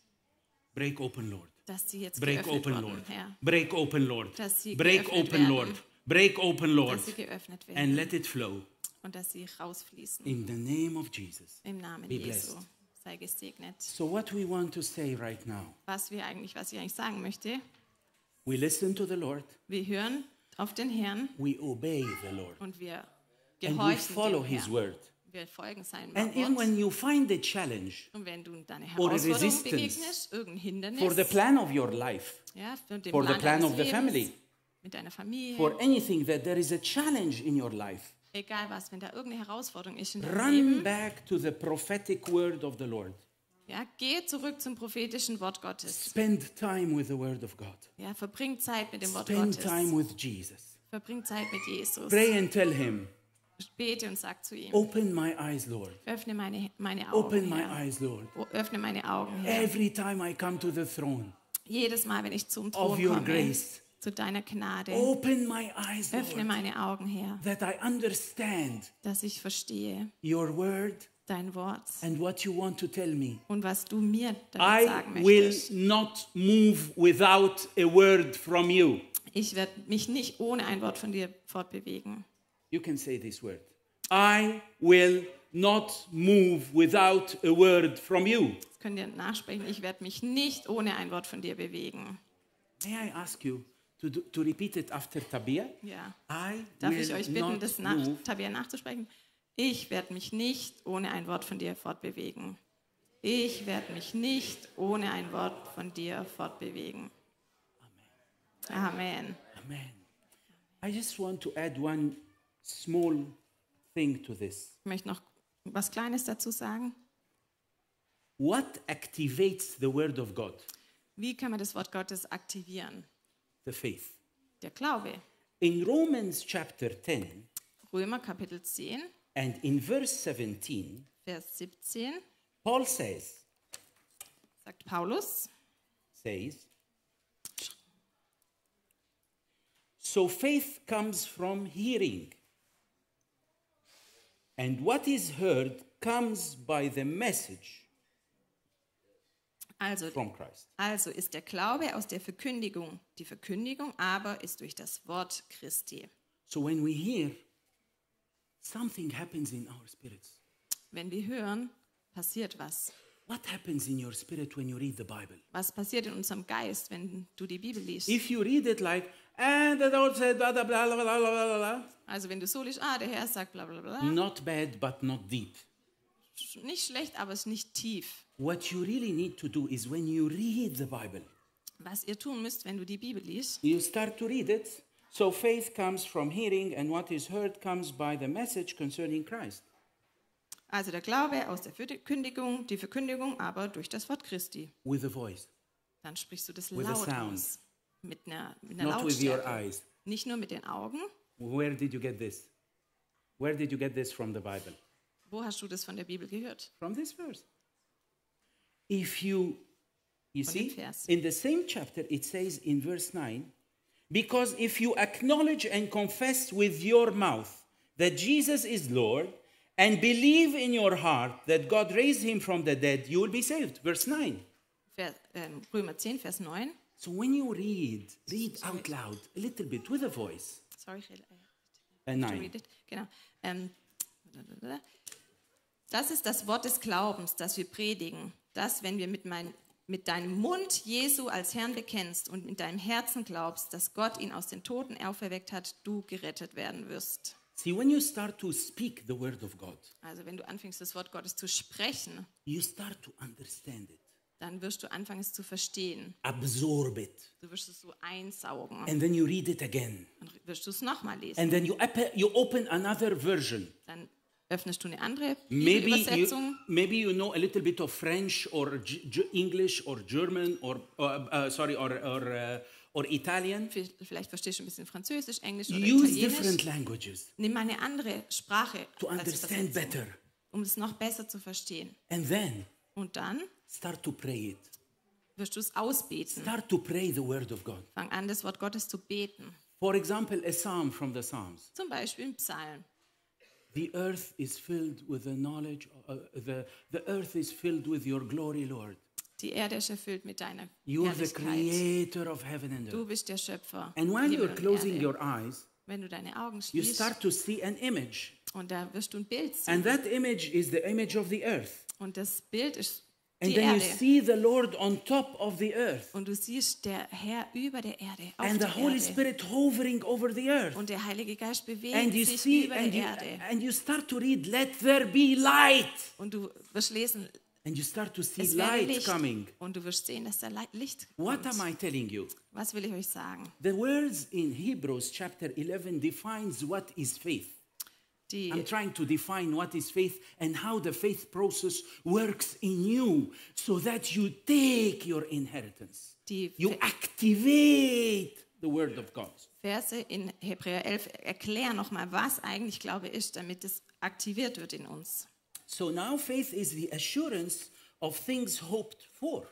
Speaker 1: break open lord
Speaker 2: dass sie jetzt
Speaker 1: break
Speaker 2: geöffnet
Speaker 1: open
Speaker 2: werden,
Speaker 1: lord
Speaker 2: Herr,
Speaker 1: break open lord
Speaker 2: Dass sie
Speaker 1: break
Speaker 2: geöffnet
Speaker 1: open
Speaker 2: werden.
Speaker 1: lord break open lord
Speaker 2: dass sie geöffnet werden
Speaker 1: and let it flow
Speaker 2: und dass sie rausfließen.
Speaker 1: in the name of jesus
Speaker 2: Im Namen
Speaker 1: Be
Speaker 2: Jesu
Speaker 1: blessed.
Speaker 2: sei gesegnet.
Speaker 1: so what we want to say right now
Speaker 2: Was wir eigentlich, was ich eigentlich sagen möchte,
Speaker 1: we listen to the lord
Speaker 2: wir hören auf den Herrn
Speaker 1: we obey the lord
Speaker 2: und wir
Speaker 1: and we
Speaker 2: gehorchen
Speaker 1: follow
Speaker 2: dem
Speaker 1: his
Speaker 2: Herrn.
Speaker 1: word
Speaker 2: Wir folgen seinem
Speaker 1: and even
Speaker 2: Wort.
Speaker 1: when you find a challenge
Speaker 2: Und wenn du deine
Speaker 1: or a
Speaker 2: Herausforderung
Speaker 1: resistance
Speaker 2: begegnest, irgendein Hindernis,
Speaker 1: for the plan of your life
Speaker 2: ja, für den
Speaker 1: for the
Speaker 2: Plan
Speaker 1: plan
Speaker 2: deines
Speaker 1: of the
Speaker 2: Lebens,
Speaker 1: family.
Speaker 2: mit deiner Familie,
Speaker 1: for anything that there is a challenge in your life
Speaker 2: egal was, wenn da irgendeine Herausforderung ist in deinem Leben,
Speaker 1: run back to the prophetic word of the lord
Speaker 2: Ja, geh zurück zum prophetischen Wort Gottes.
Speaker 1: spend time with the word of god
Speaker 2: Ja, verbring Zeit mit dem Wort
Speaker 1: Spend
Speaker 2: Gottes.
Speaker 1: time with Jesus.
Speaker 2: Verbring Zeit mit Jesus.
Speaker 1: Pray and tell him,
Speaker 2: bete und sag zu ihm,
Speaker 1: Open my eyes, Lord.
Speaker 2: öffne meine, meine
Speaker 1: Open
Speaker 2: Augen,
Speaker 1: my
Speaker 2: Herr.
Speaker 1: eyes, Lord.
Speaker 2: O- öffne meine Augen, Herr.
Speaker 1: Every time I come to the throne
Speaker 2: Jedes Mal, wenn ich zum
Speaker 1: of
Speaker 2: Thron
Speaker 1: your
Speaker 2: komme,
Speaker 1: grace,
Speaker 2: zu deiner Gnade,
Speaker 1: open my eyes,
Speaker 2: öffne
Speaker 1: Lord,
Speaker 2: meine Augen, Herr,
Speaker 1: that I understand
Speaker 2: dass ich verstehe
Speaker 1: your word
Speaker 2: dein Wort
Speaker 1: and what you want to tell me.
Speaker 2: und was du mir damit
Speaker 1: I
Speaker 2: sagen
Speaker 1: will
Speaker 2: möchtest.
Speaker 1: not move without a word from you.
Speaker 2: Ich werde mich nicht ohne ein Wort von dir fortbewegen.
Speaker 1: You can say this word. I will not move without a word from you.
Speaker 2: Das könnt ihr nachsprechen. Ich werde mich nicht ohne ein Wort von dir bewegen.
Speaker 1: May I ask you to, do, to repeat it after Tabia?
Speaker 2: Ja.
Speaker 1: I
Speaker 2: Darf
Speaker 1: will
Speaker 2: ich euch bitten,
Speaker 1: not
Speaker 2: das nach,
Speaker 1: move
Speaker 2: Tabea nachzusprechen? Ich werde mich nicht ohne ein Wort von dir fortbewegen. Ich werde mich nicht ohne ein Wort von dir fortbewegen. Amen.
Speaker 1: Amen. I just want to add one small thing to this.
Speaker 2: Ich möchte noch was Kleines dazu sagen.
Speaker 1: What activates the word of God?
Speaker 2: Wie kann man das Wort Gottes aktivieren?
Speaker 1: The faith.
Speaker 2: Der Glaube.
Speaker 1: In Romans chapter 10
Speaker 2: Römer Kapitel 10,
Speaker 1: and in verse 17,
Speaker 2: Vers 17
Speaker 1: Paul says,
Speaker 2: sagt Paulus,
Speaker 1: says, so faith comes from hearing. And what is heard comes by the message
Speaker 2: also
Speaker 1: from Christ.
Speaker 2: Also ist der Glaube aus der Verkündigung, die Verkündigung aber ist durch das Wort Christi.
Speaker 1: So when we hear, something happens in our spirits.
Speaker 2: Wenn wir hören, passiert was.
Speaker 1: What happens in your spirit when you read the Bible?
Speaker 2: Was passiert in unserem Geist, wenn du die Bibel liest?
Speaker 1: If you read it like, and the Lord said, blah, blah, blah, blah, blah, blah, blah,
Speaker 2: Also wenn du so liest, ah, der Herr sagt bla bla bla,
Speaker 1: blah, not bad, but not deep.
Speaker 2: Sch- nicht schlecht, aber es ist nicht tief.
Speaker 1: What you really need to do is when you read the Bible,
Speaker 2: Was ihr tun müsst, wenn du die Bibel liest,
Speaker 1: you start to read it. So faith comes from hearing, and what is heard comes by the message concerning Christ.
Speaker 2: also der Glaube aus der Verkündigung, die Verkündigung aber durch das Wort Christi.
Speaker 1: With a voice,
Speaker 2: Dann sprichst du das
Speaker 1: With a
Speaker 2: laut
Speaker 1: sound.
Speaker 2: aus. Mit einer, mit einer
Speaker 1: not with your
Speaker 2: Lautstärke.
Speaker 1: eyes.
Speaker 2: Nicht nur mit den Augen.
Speaker 1: Where did you get this? Where did you get this from the Bible?
Speaker 2: Wo hast du das von der Bibel gehört?
Speaker 1: From this verse. If you, you
Speaker 2: Von dem
Speaker 1: see,
Speaker 2: Vers.
Speaker 1: in the same chapter, it says in verse 9, because if you acknowledge and confess with your mouth that Jesus is Lord and believe in your heart that God raised him from the dead, you will be saved. Verse 9.
Speaker 2: Vers, ähm, Römer 10, Vers 9.
Speaker 1: So when you read, read out loud a little bit with a voice.
Speaker 2: Sorry, ich rede-
Speaker 1: Uh,
Speaker 2: I have to
Speaker 1: 9.
Speaker 2: read it. Genau. Ähm, blablabla. das ist das Wort des Glaubens, das wir predigen. Dass, wenn wir mit, mein, mit deinem Mund Jesu als Herrn bekennst und mit deinem Herzen glaubst, dass Gott ihn aus den Toten auferweckt hat, du gerettet werden wirst.
Speaker 1: See, when you start to speak the word of God,
Speaker 2: Also wenn du anfängst, das Wort Gottes zu sprechen,
Speaker 1: you start to understand it,
Speaker 2: dann wirst du anfangen, es zu verstehen.
Speaker 1: absorb it,
Speaker 2: Du wirst es so einsaugen.
Speaker 1: and then you read it again.
Speaker 2: Dann wirst du es nochmal lesen.
Speaker 1: and then you, ap- you open another version.
Speaker 2: Dann öffnest du eine andere
Speaker 1: Maybe
Speaker 2: Übersetzung.
Speaker 1: you, maybe you know a little bit of French or G- G- English or German or uh, uh, sorry or or, uh, or Italian.
Speaker 2: Vi- Vielleicht verstehst du ein bisschen Französisch, Englisch oder
Speaker 1: Use
Speaker 2: Italienisch.
Speaker 1: different languages
Speaker 2: Nimm mal eine andere Sprache,
Speaker 1: to
Speaker 2: als
Speaker 1: understand
Speaker 2: Übersetzung,
Speaker 1: better,
Speaker 2: um es noch besser zu verstehen.
Speaker 1: and then
Speaker 2: Und dann
Speaker 1: start to pray it.
Speaker 2: wirst du es ausbeten.
Speaker 1: Start to pray the Word of God.
Speaker 2: Fang an, das Wort Gottes zu beten.
Speaker 1: For example, a psalm from the Psalms:
Speaker 2: Zum Beispiel im Psalm.
Speaker 1: "The earth is filled with the knowledge. Uh, the the earth is filled with Your glory, Lord.
Speaker 2: Die Erde ist erfüllt mit deiner
Speaker 1: You are the
Speaker 2: Herrlichkeit.
Speaker 1: Creator of heaven and
Speaker 2: Du
Speaker 1: earth."
Speaker 2: bist der Schöpfer.
Speaker 1: And while
Speaker 2: Himmel
Speaker 1: you're
Speaker 2: und
Speaker 1: closing
Speaker 2: Erde.
Speaker 1: your eyes,
Speaker 2: Wenn du deine Augen
Speaker 1: you
Speaker 2: schließt
Speaker 1: start to see an image.
Speaker 2: und da wirst du ein Bild sehen.
Speaker 1: And that image is the image of the earth.
Speaker 2: Und das Bild ist
Speaker 1: And
Speaker 2: die
Speaker 1: then you
Speaker 2: Erde.
Speaker 1: see the Lord on top of the earth.
Speaker 2: Und du siehst der Herr über der Erde, auf
Speaker 1: And the
Speaker 2: der
Speaker 1: Holy
Speaker 2: Erde.
Speaker 1: Spirit hovering over the earth.
Speaker 2: Und der Heilige Geist bewegt
Speaker 1: And you
Speaker 2: sich
Speaker 1: see,
Speaker 2: über
Speaker 1: and
Speaker 2: der
Speaker 1: you,
Speaker 2: Erde.
Speaker 1: and you start to read, Let there be light.
Speaker 2: Und du wirst lesen,
Speaker 1: And you start to see
Speaker 2: es wäre
Speaker 1: light
Speaker 2: Licht.
Speaker 1: coming.
Speaker 2: Und du wirst sehen, dass da Lei- Licht
Speaker 1: What
Speaker 2: kommt.
Speaker 1: am I telling you?
Speaker 2: Was will ich euch sagen?
Speaker 1: The words in Hebrews chapter 11 defines what is faith.
Speaker 2: Die,
Speaker 1: I'm trying to define what is faith and how the faith process works in you so that you take your inheritance.
Speaker 2: die,
Speaker 1: You activate the Word of God.
Speaker 2: Verse in Hebräer 11 erklären nochmal, was eigentlich Glaube ist, damit es aktiviert wird in uns.
Speaker 1: So now faith is the assurance of things hoped for.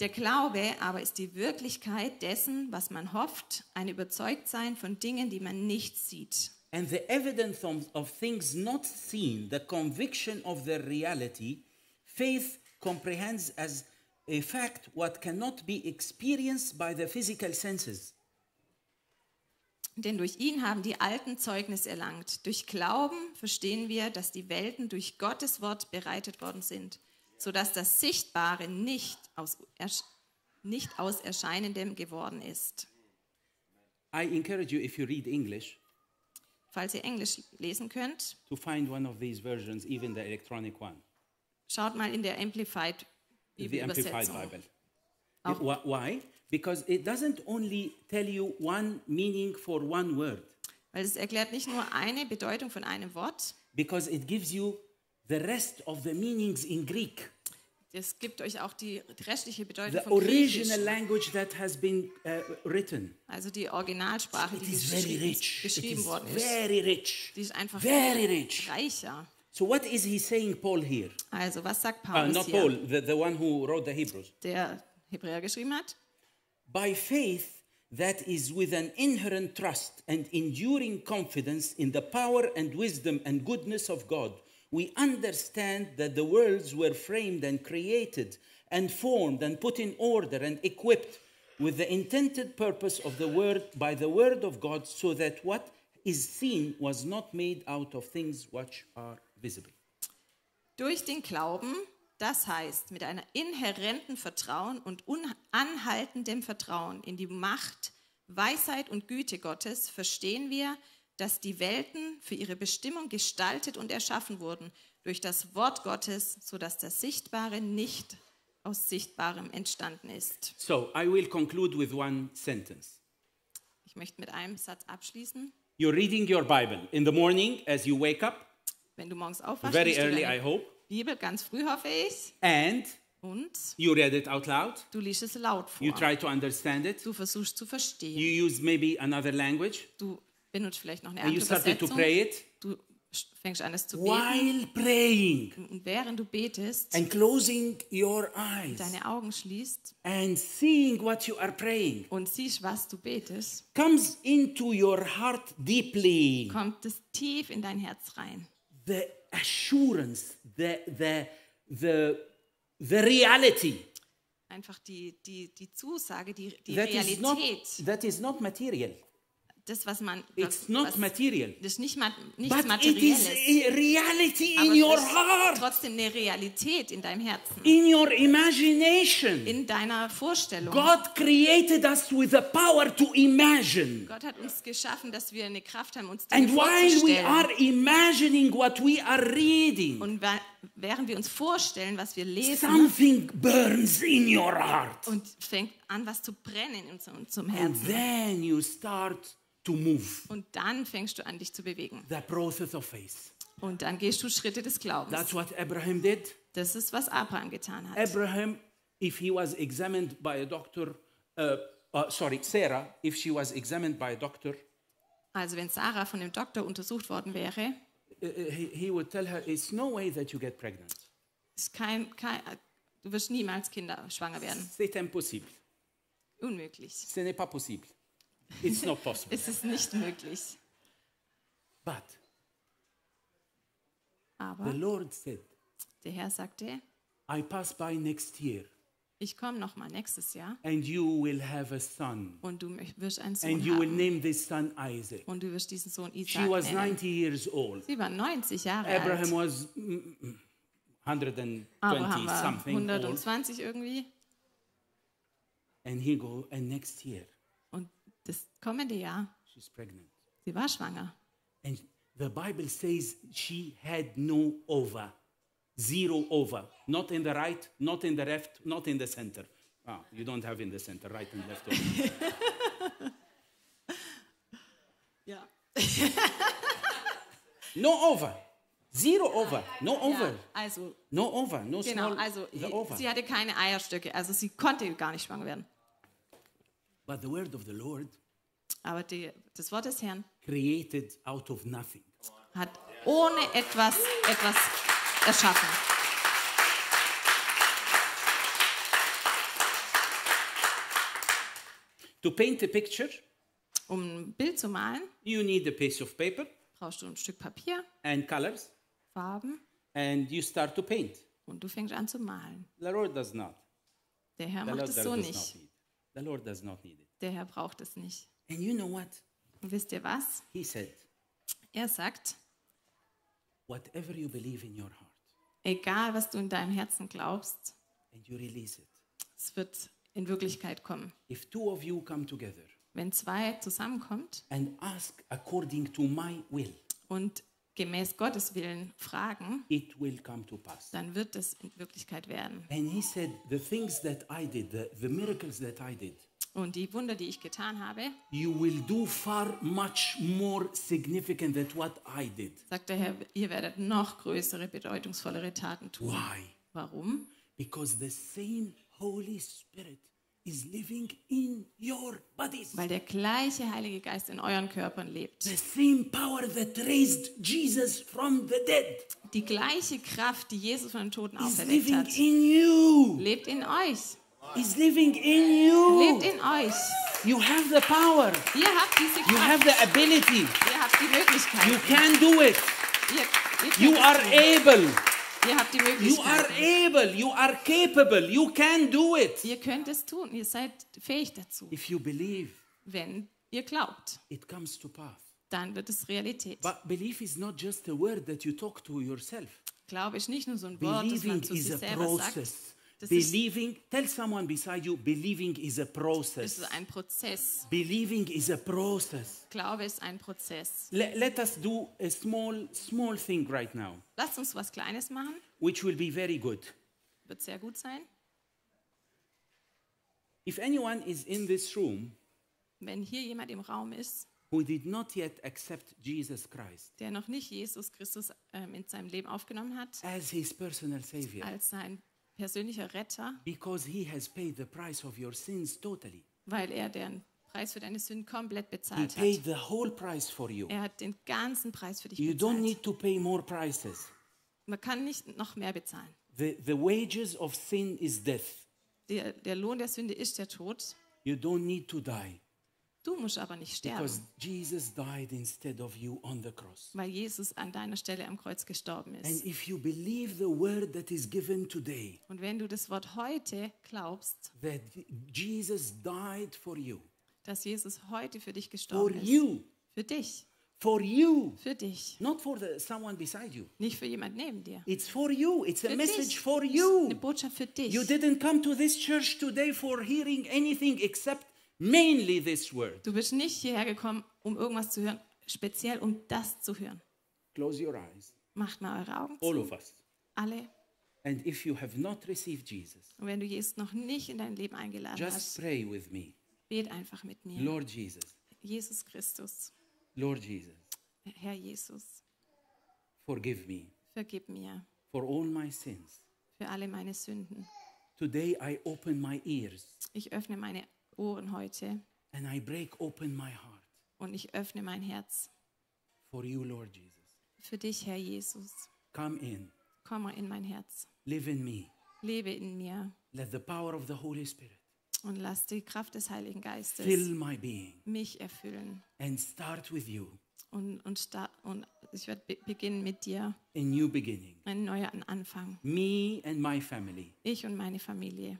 Speaker 2: Der Glaube aber ist die Wirklichkeit dessen, was man hofft, ein Überzeugtsein von Dingen, die man nicht sieht.
Speaker 1: And the evidence of, of things not seen, the conviction of their reality, faith comprehends as a fact what cannot be experienced by the physical senses.
Speaker 2: Denn durch ihn haben die Alten Zeugnis erlangt. Durch Glauben verstehen wir, dass die Welten durch Gottes Wort bereitet worden sind, sodass das Sichtbare nicht aus, Ersch- nicht aus Erscheinendem geworden ist.
Speaker 1: I encourage you, if you read English,
Speaker 2: Falls ihr Englisch lesen könnt,
Speaker 1: to find one of these versions, even the electronic one,
Speaker 2: schaut mal in der Amplified
Speaker 1: the Amplified
Speaker 2: Bibelübersetzung.
Speaker 1: Bible. Wh- Why? Because it doesn't only tell you one meaning for one word,
Speaker 2: Weil es erklärt nicht nur eine Bedeutung von einem Wort,
Speaker 1: because it gives you the rest of the meanings in Greek,
Speaker 2: es gibt euch auch die restliche Bedeutung
Speaker 1: the
Speaker 2: von Griechisch,
Speaker 1: original language that has been uh, written.
Speaker 2: also die Originalsprache,
Speaker 1: Oh, It
Speaker 2: die
Speaker 1: is very
Speaker 2: geschrieben,
Speaker 1: rich. It
Speaker 2: geschrieben
Speaker 1: is
Speaker 2: worden ist.
Speaker 1: very rich.
Speaker 2: Die ist einfach
Speaker 1: Very rich.
Speaker 2: reicher.
Speaker 1: So what is he saying, Paul here?
Speaker 2: Also, was sagt
Speaker 1: Uh,
Speaker 2: Paulus
Speaker 1: not
Speaker 2: hier,
Speaker 1: Paul, the, the one who wrote the Hebrews.
Speaker 2: der Hebräer geschrieben hat?
Speaker 1: By faith that is with an inherent trust and enduring confidence in the power and wisdom and goodness of God, we understand that the worlds were framed and created and formed and put in order and equipped with the intended purpose of the word by the word of God, so that what is seen was not made out of things which are visible.
Speaker 2: Durch den Glauben, das heißt mit einer inhärenten Vertrauen und un- anhaltendem Vertrauen in die Macht, Weisheit und Güte Gottes verstehen wir, dass die Welten für ihre Bestimmung gestaltet und erschaffen wurden durch das Wort Gottes, sodass das Sichtbare nicht aus Sichtbarem entstanden ist.
Speaker 1: So I will conclude with one sentence.
Speaker 2: Ich möchte mit einem Satz abschließen.
Speaker 1: You're reading your Bible in the morning as you wake up,
Speaker 2: Wenn du morgens aufwachst,
Speaker 1: very
Speaker 2: liest du
Speaker 1: early,
Speaker 2: deine
Speaker 1: I hope,
Speaker 2: Bibel ganz früh, hoffe ich.
Speaker 1: and
Speaker 2: Und
Speaker 1: you read it out loud.
Speaker 2: du liest es laut vor.
Speaker 1: You try to understand it.
Speaker 2: du versuchst zu verstehen.
Speaker 1: You use maybe another language,
Speaker 2: du benutzt vielleicht noch eine
Speaker 1: and
Speaker 2: andere
Speaker 1: you started to
Speaker 2: Übersetzung.
Speaker 1: pray it
Speaker 2: Du sch- fängst an, es zu beten.
Speaker 1: while praying
Speaker 2: Und während du betest,
Speaker 1: and closing your eyes
Speaker 2: deine Augen schließt
Speaker 1: and seeing what you are praying
Speaker 2: und siehst, was du betest,
Speaker 1: comes into your heart deeply.
Speaker 2: kommt es tief in dein Herz rein.
Speaker 1: The assurance, the the the the reality
Speaker 2: Einfach die, die, die Zusage, die, die
Speaker 1: that is not
Speaker 2: Realität,
Speaker 1: that is not material.
Speaker 2: das, was man.
Speaker 1: It's
Speaker 2: Was,
Speaker 1: not
Speaker 2: was,
Speaker 1: material.
Speaker 2: das ist nicht, ma- nichts
Speaker 1: But it is
Speaker 2: Materielles.
Speaker 1: a reality
Speaker 2: aber
Speaker 1: in
Speaker 2: es
Speaker 1: your
Speaker 2: ist
Speaker 1: heart,
Speaker 2: trotzdem eine Realität in deinem Herzen,
Speaker 1: in your imagination.
Speaker 2: in deiner Vorstellung.
Speaker 1: God created us with the power to imagine.
Speaker 2: Gott hat uns geschaffen, dass wir eine Kraft haben, uns Dinge
Speaker 1: And while we
Speaker 2: vorzustellen.
Speaker 1: are imagining what we are reading,
Speaker 2: Und wa- während wir uns vorstellen, was wir lesen,
Speaker 1: something burns in your heart.
Speaker 2: und fängt an, was zu brennen in unserem, zum
Speaker 1: And
Speaker 2: Herzen.
Speaker 1: then you start to move.
Speaker 2: Und dann fängst du an, dich zu bewegen.
Speaker 1: The process of faith.
Speaker 2: Und dann gehst du Schritte des Glaubens.
Speaker 1: That's what Abraham did.
Speaker 2: Das ist, was Abraham getan
Speaker 1: Äh.
Speaker 2: hat.
Speaker 1: Abraham, if he was examined by a doctor, uh, uh, sorry, Sarah, if she was examined by a doctor, uh,
Speaker 2: Also wenn Sarah von dem Doktor untersucht worden wäre,
Speaker 1: uh, he, he would tell her, It's no way that you get pregnant.
Speaker 2: ist kein, kein, du wirst niemals Kinder schwanger werden.
Speaker 1: C'est impossible.
Speaker 2: Unmöglich.
Speaker 1: Ce n'est pas possible. It's not possible.
Speaker 2: Es ist nicht möglich.
Speaker 1: but the
Speaker 2: Aber
Speaker 1: Lord said,
Speaker 2: der Herr sagte,
Speaker 1: I pass by next year
Speaker 2: ich komme nochmal nächstes Jahr
Speaker 1: and you will have a son.
Speaker 2: und du mö- wirst einen Sohn
Speaker 1: And you will
Speaker 2: haben.
Speaker 1: name this son Isaac.
Speaker 2: Und du wirst diesen Sohn
Speaker 1: She
Speaker 2: Isaac
Speaker 1: was
Speaker 2: nennen.
Speaker 1: 90 years old.
Speaker 2: Sie war 90 Jahre
Speaker 1: Abraham
Speaker 2: alt.
Speaker 1: was mm, mm, 120
Speaker 2: Abraham war
Speaker 1: something old.
Speaker 2: 120 irgendwie.
Speaker 1: And he go, and next year
Speaker 2: Und das kommende Jahr,
Speaker 1: she's pregnant.
Speaker 2: sie war schwanger.
Speaker 1: And the Bible says she had no over, zero over, not in the right, not in the left, not in the center. Ah, you don't have in the center, right and left. over.
Speaker 2: Ja.
Speaker 1: no over, Zero over, no over,
Speaker 2: Ja, also,
Speaker 1: no over, no
Speaker 2: genau,
Speaker 1: small,
Speaker 2: also
Speaker 1: the over.
Speaker 2: sie hatte keine Eierstöcke, also sie konnte gar nicht schwanger werden.
Speaker 1: But the word of the Lord
Speaker 2: Aber die, das Wort des Herrn
Speaker 1: created out of nothing.
Speaker 2: hat ohne etwas etwas erschaffen.
Speaker 1: To paint a picture,
Speaker 2: Um ein Bild zu malen,
Speaker 1: you need a piece of paper
Speaker 2: brauchst du ein Stück Papier,
Speaker 1: and colors,
Speaker 2: Farben
Speaker 1: and you start to paint.
Speaker 2: und du fängst an zu malen.
Speaker 1: The Lord does not.
Speaker 2: Der Herr
Speaker 1: The
Speaker 2: macht
Speaker 1: Lord
Speaker 2: es
Speaker 1: does
Speaker 2: so
Speaker 1: not
Speaker 2: nicht.
Speaker 1: need. The Lord does not need it.
Speaker 2: Der Herr braucht es nicht.
Speaker 1: And you know what?
Speaker 2: Und wisst ihr was?
Speaker 1: He said,
Speaker 2: Er sagt,
Speaker 1: whatever you believe in your heart,
Speaker 2: egal was du in deinem Herzen glaubst,
Speaker 1: and you release it.
Speaker 2: es wird in Wirklichkeit kommen.
Speaker 1: If two of you come together
Speaker 2: Wenn zwei zusammenkommt
Speaker 1: and ask according to my will,
Speaker 2: und gemäß Gottes Willen fragen,
Speaker 1: it will come to pass.
Speaker 2: dann wird es in Wirklichkeit werden.
Speaker 1: And he said, the things that I did, the, the miracles that I did,
Speaker 2: Und die Wunder, die ich getan habe,
Speaker 1: you will do far much more significant than what I did.
Speaker 2: sagt der Herr, ihr werdet noch größere, bedeutungsvollere Taten tun.
Speaker 1: Why?
Speaker 2: Warum?
Speaker 1: Because the same Holy Spirit is living in your bodies.
Speaker 2: Weil der gleiche Heilige Geist in euren Körpern lebt.
Speaker 1: The same power that raised Jesus from the dead
Speaker 2: Die gleiche Kraft, die Jesus von den Toten
Speaker 1: is
Speaker 2: auferweckt
Speaker 1: living
Speaker 2: hat,
Speaker 1: in you.
Speaker 2: lebt in euch.
Speaker 1: Is living in you.
Speaker 2: Lebt in euch.
Speaker 1: You have the power.
Speaker 2: Ihr habt diese
Speaker 1: You have
Speaker 2: Kraft.
Speaker 1: the ability.
Speaker 2: Ihr habt die Möglichkeit.
Speaker 1: You can do it.
Speaker 2: Ihr, ihr, könnt
Speaker 1: You
Speaker 2: es
Speaker 1: are
Speaker 2: tun.
Speaker 1: able.
Speaker 2: ihr habt die
Speaker 1: You are
Speaker 2: Möglichkeit.
Speaker 1: able. You are capable. You can do it.
Speaker 2: Ihr könnt es tun. Ihr seid fähig dazu.
Speaker 1: If you believe,
Speaker 2: Wenn ihr glaubt,
Speaker 1: it comes to pass.
Speaker 2: dann wird es Realität.
Speaker 1: But belief is not just a word that you talk to yourself.
Speaker 2: Glaube ich nicht nur so ein Wort, das man
Speaker 1: Believing
Speaker 2: zu
Speaker 1: is
Speaker 2: sich
Speaker 1: a
Speaker 2: selber sagt.
Speaker 1: process.
Speaker 2: Das ist-
Speaker 1: Believing, tell someone beside you, believing is a
Speaker 2: Es
Speaker 1: process.
Speaker 2: ist ein Prozess.
Speaker 1: Believing is a process.
Speaker 2: Glaube ist ein Prozess.
Speaker 1: Le- let us do a small, small thing right now,
Speaker 2: Lasst uns was Kleines machen.
Speaker 1: which will be very good.
Speaker 2: Wird sehr gut sein.
Speaker 1: If anyone is in this room
Speaker 2: Wenn hier jemand im Raum ist,
Speaker 1: who did not yet accept Jesus Christ
Speaker 2: der noch nicht Jesus Christus ähm, in seinem Leben aufgenommen hat,
Speaker 1: as his personal savior,
Speaker 2: als sein persönlicher Retter,
Speaker 1: because he has paid the price of your sins totally,
Speaker 2: weil er den Preis für deine Sünden komplett
Speaker 1: he
Speaker 2: bezahlt
Speaker 1: paid
Speaker 2: hat.
Speaker 1: the whole price for you.
Speaker 2: Er hat den ganzen Preis für dich
Speaker 1: You don't
Speaker 2: bezahlt.
Speaker 1: need to pay more prices.
Speaker 2: Man kann nicht noch mehr bezahlen.
Speaker 1: The, the wages of sin is death.
Speaker 2: Der, der Lohn der Sünde ist der Tod.
Speaker 1: You don't need to die
Speaker 2: Du musst aber nicht
Speaker 1: because
Speaker 2: sterben,
Speaker 1: Jesus died instead of you on the cross.
Speaker 2: weil Jesus an deiner Stelle am Kreuz gestorben
Speaker 1: And
Speaker 2: ist.
Speaker 1: if you believe the word that is given today,
Speaker 2: Und wenn du das Wort heute glaubst,
Speaker 1: that Jesus died for you,
Speaker 2: dass Jesus heute für dich
Speaker 1: for
Speaker 2: gestorben ist,
Speaker 1: you,
Speaker 2: für dich,
Speaker 1: for you,
Speaker 2: für dich,
Speaker 1: not for the, someone beside you.
Speaker 2: nicht für jemand neben dir.
Speaker 1: It's for you. It's a
Speaker 2: Für
Speaker 1: message
Speaker 2: dich.
Speaker 1: for
Speaker 2: Eine
Speaker 1: you.
Speaker 2: Botschaft für dich.
Speaker 1: You didn't come to this church today for hearing anything except mainly this word.
Speaker 2: Du bist nicht hierher gekommen, um irgendwas zu hören, speziell um das zu hören.
Speaker 1: Close your eyes,
Speaker 2: Macht mal eure Augen
Speaker 1: all
Speaker 2: zu,
Speaker 1: of us.
Speaker 2: alle.
Speaker 1: And if you have not received Jesus,
Speaker 2: Und wenn du Jesus noch nicht in dein Leben eingeladen
Speaker 1: just
Speaker 2: hast,
Speaker 1: pray with me.
Speaker 2: bet einfach mit mir.
Speaker 1: Lord Jesus,
Speaker 2: Jesus Christus,
Speaker 1: Lord Jesus,
Speaker 2: Herr Jesus,
Speaker 1: forgive me
Speaker 2: vergib mir
Speaker 1: for all my sins.
Speaker 2: für alle meine Sünden.
Speaker 1: Today I open my ears
Speaker 2: Ich öffne meine Ohren heute
Speaker 1: and I break open my heart
Speaker 2: und ich öffne mein Herz
Speaker 1: for you, Lord Jesus.
Speaker 2: für dich, Herr Jesus.
Speaker 1: Come in.
Speaker 2: Komme in mein Herz,
Speaker 1: Live in me.
Speaker 2: lebe in mir
Speaker 1: Let the power of the Holy Spirit
Speaker 2: und lass die Kraft des Heiligen
Speaker 1: fill
Speaker 2: Geistes
Speaker 1: my being
Speaker 2: mich erfüllen.
Speaker 1: and start with you
Speaker 2: Und, und, sta- und ich werde be beginnen mit dir
Speaker 1: a new beginning.
Speaker 2: einen neuen Anfang.
Speaker 1: Me and my family,
Speaker 2: Ich und meine Familie,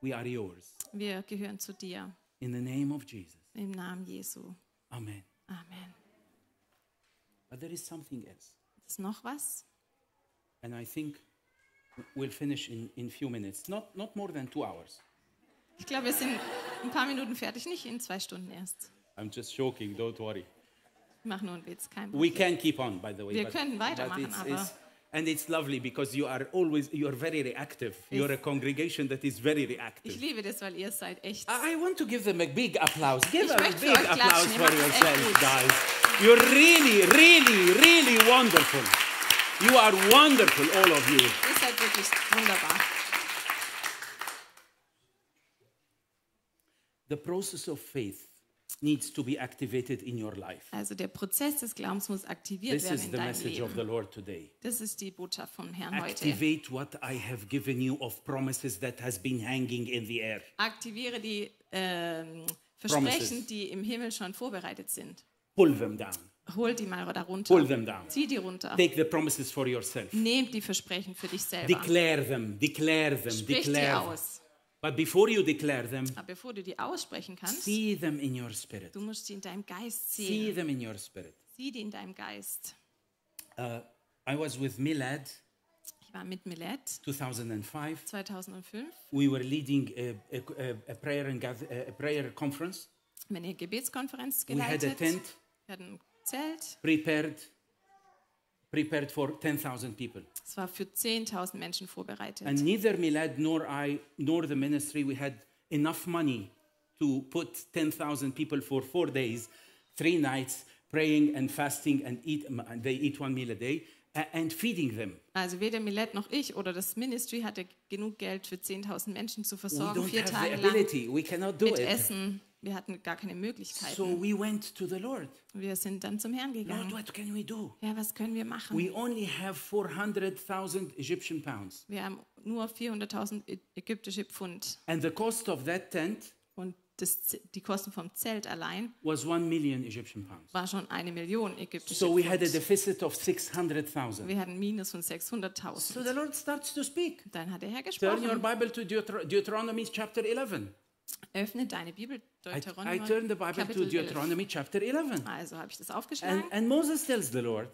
Speaker 1: we are yours.
Speaker 2: wir gehören zu dir
Speaker 1: In the name of Jesus.
Speaker 2: im Namen Jesu.
Speaker 1: Amen.
Speaker 2: Amen.
Speaker 1: But there is something else.
Speaker 2: Ist noch was?
Speaker 1: And I think we'll finish in a few minutes, not, not more than two hours.
Speaker 2: Ich glaube, wir sind ein paar Minuten fertig, nicht in zwei Stunden erst.
Speaker 1: I'm just joking, don't worry.
Speaker 2: Ich mache nur einen Witz, kein
Speaker 1: We can keep on, by the way.
Speaker 2: Wir können weitermachen,
Speaker 1: it's,
Speaker 2: aber-
Speaker 1: it's- and it's lovely because you are always, you are very reactive. You're a congregation that is very reactive.
Speaker 2: Ich liebe das, weil ihr seid echt.
Speaker 1: I I want to give them a big applause. Give
Speaker 2: Ich
Speaker 1: them a
Speaker 2: möchte für
Speaker 1: big
Speaker 2: euch klatschen.
Speaker 1: applause
Speaker 2: Ihr
Speaker 1: for
Speaker 2: macht es echt
Speaker 1: yourselves,
Speaker 2: gut.
Speaker 1: guys. You're really, really, really wonderful. You are wonderful, all of you.
Speaker 2: Ihr seid halt wirklich wunderbar.
Speaker 1: The process of faith needs to be activated in your life.
Speaker 2: Also der Prozess des Glaubens muss aktiviert
Speaker 1: This
Speaker 2: werden
Speaker 1: is
Speaker 2: in
Speaker 1: the
Speaker 2: deinem
Speaker 1: message of
Speaker 2: Leben.
Speaker 1: the Lord today.
Speaker 2: Das ist die Botschaft vom Herrn heute.
Speaker 1: Activate what I have given you of promises that has been hanging in the air.
Speaker 2: Aktiviere die ähm, Versprechen,
Speaker 1: Promises.
Speaker 2: die im Himmel schon vorbereitet sind.
Speaker 1: Pull them down.
Speaker 2: Hol die mal da
Speaker 1: Pull
Speaker 2: runter.
Speaker 1: them down.
Speaker 2: Zieh die runter.
Speaker 1: Take the promises for yourself.
Speaker 2: Nehmt die Versprechen für dich selber.
Speaker 1: Declare them. Declare them.
Speaker 2: Sprich die
Speaker 1: Declare. Them.
Speaker 2: aus.
Speaker 1: But before you declare them,
Speaker 2: Aber bevor du die aussprechen kannst,
Speaker 1: see them in your spirit.
Speaker 2: du musst sie in deinem Geist
Speaker 1: See
Speaker 2: sehen.
Speaker 1: them in your spirit.
Speaker 2: Sieh die in deinem Geist.
Speaker 1: Uh, I was with Milad
Speaker 2: Ich war mit Millet
Speaker 1: 2005.
Speaker 2: 2005
Speaker 1: We were leading a, a- a- a prayer and gather, a prayer conference.
Speaker 2: Wir haben eine Gebetskonferenz
Speaker 1: We had a
Speaker 2: geleitet.
Speaker 1: tent
Speaker 2: Wir hatten ein Zelt.
Speaker 1: prepared prepared for 10,000 people.
Speaker 2: Es war für 10.000 Menschen vorbereitet.
Speaker 1: And neither Milad nor I nor the ministry we had enough money to put 10,000 people for 4 days, 3 nights praying and fasting and eat um, and they eat one meal a day a- and feeding them.
Speaker 2: also weder Millet noch ich oder das Ministry hatte genug Geld für 10.000 Menschen zu
Speaker 1: We
Speaker 2: versorgen,
Speaker 1: don't
Speaker 2: vier
Speaker 1: have the
Speaker 2: Tage lang
Speaker 1: ability. We cannot do
Speaker 2: mit
Speaker 1: it.
Speaker 2: Essen. Wir hatten gar keine
Speaker 1: So
Speaker 2: Möglichkeiten.
Speaker 1: we went to the Lord.
Speaker 2: Wir sind dann zum Herrn
Speaker 1: Lord,
Speaker 2: gegangen.
Speaker 1: what can we do?
Speaker 2: Ja, was können wir machen?
Speaker 1: We only have 400,000 Egyptian pounds.
Speaker 2: wir haben nur 400.000 Ä- ägyptische Pfund.
Speaker 1: And the cost of that tent
Speaker 2: Und das, Z- die Kosten vom Zelt allein
Speaker 1: was 1 million Egyptian pounds.
Speaker 2: war schon eine Million ägyptische
Speaker 1: So we
Speaker 2: Pfund.
Speaker 1: had a deficit of 600,000.
Speaker 2: wir hatten Minus von
Speaker 1: So
Speaker 2: 600.000.
Speaker 1: the Lord starts to speak.
Speaker 2: Dann hat der Herr
Speaker 1: Turn
Speaker 2: gesprochen.
Speaker 1: your Bible to Deuter- Deuteronomy chapter 11.
Speaker 2: Öffne deine Bibel,
Speaker 1: I,
Speaker 2: Deuteronomy.
Speaker 1: I turn the Bible
Speaker 2: Kapitel
Speaker 1: to
Speaker 2: 11.
Speaker 1: Deuteronomy chapter 11.
Speaker 2: Also habe ich das aufgeschlagen.
Speaker 1: And, and Moses tells the Lord,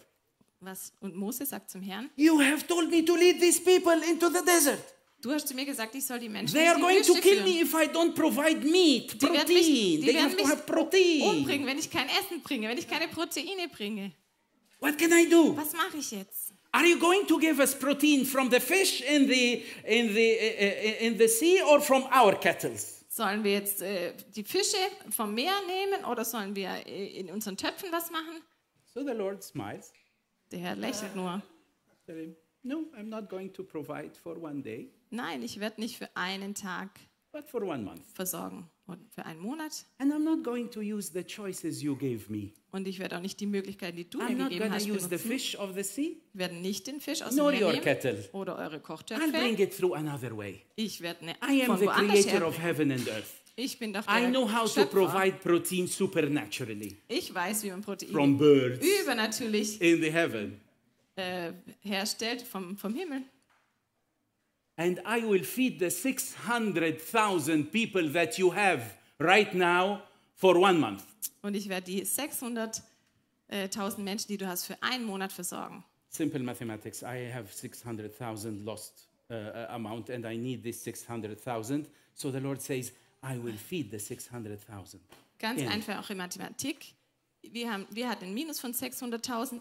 Speaker 2: Was, und Mose sagt zum Herrn,
Speaker 1: You have told me to lead these people into the desert.
Speaker 2: du hast zu mir gesagt, ich soll die Menschen
Speaker 1: They
Speaker 2: in
Speaker 1: are
Speaker 2: die
Speaker 1: going to
Speaker 2: Wüste
Speaker 1: kill
Speaker 2: führen.
Speaker 1: me if I don't provide meat,
Speaker 2: Die
Speaker 1: protein.
Speaker 2: werden mich- die
Speaker 1: They
Speaker 2: werden
Speaker 1: have to
Speaker 2: mich
Speaker 1: have protein.
Speaker 2: umbringen, wenn ich kein Essen bringe, wenn ich keine Proteine bringe.
Speaker 1: What can I do?
Speaker 2: Was mache ich jetzt?
Speaker 1: Are you going to give us protein from the fish in the, in the, uh, in the sea or from our cattle?
Speaker 2: Sollen wir jetzt äh, die Fische vom Meer nehmen oder sollen wir äh, in unseren Töpfen was machen?
Speaker 1: So the Lord smiles.
Speaker 2: Der Herr lächelt nur.
Speaker 1: Tell him, No, I'm not going to provide for one day,
Speaker 2: Nein, ich werde nicht für einen Tag
Speaker 1: but for one month.
Speaker 2: versorgen und für einen Monat.
Speaker 1: And I'm not going to use the choices you gave me.
Speaker 2: Und ich werde auch nicht die Möglichkeiten, die du
Speaker 1: I'm
Speaker 2: mir
Speaker 1: not going
Speaker 2: gegeben
Speaker 1: to
Speaker 2: hast,
Speaker 1: use the
Speaker 2: benutzen.
Speaker 1: fish of the sea.
Speaker 2: Wir werden nicht den Fisch aus
Speaker 1: Nor
Speaker 2: dem
Speaker 1: your
Speaker 2: Meer nehmen
Speaker 1: kettle.
Speaker 2: oder eure
Speaker 1: I'll
Speaker 2: Kochtöpfe.
Speaker 1: bring it through another way.
Speaker 2: Ich werde ne
Speaker 1: I am
Speaker 2: von
Speaker 1: the
Speaker 2: woanders
Speaker 1: creator
Speaker 2: her.
Speaker 1: of heaven and earth.
Speaker 2: Ich bin doch der
Speaker 1: I know how to
Speaker 2: Schöpfer.
Speaker 1: provide protein supernaturally
Speaker 2: Ich weiß, wie man Protein
Speaker 1: from birds
Speaker 2: übernatürlich
Speaker 1: in the heaven.
Speaker 2: äh, herstellt vom, vom Himmel.
Speaker 1: And I will feed the 600,000 people that you have right now for one month.
Speaker 2: Und ich werde die 600.000 Menschen, die du hast, für einen Monat versorgen.
Speaker 1: Simple mathematics. I have 600,000 lost uh, uh, amount and I need this 600,000. So the Lord says, I will feed the 600,000.
Speaker 2: Ganz
Speaker 1: Genau.
Speaker 2: einfach auch in Mathematik. Wir, haben, wir hatten ein Minus von 600.000.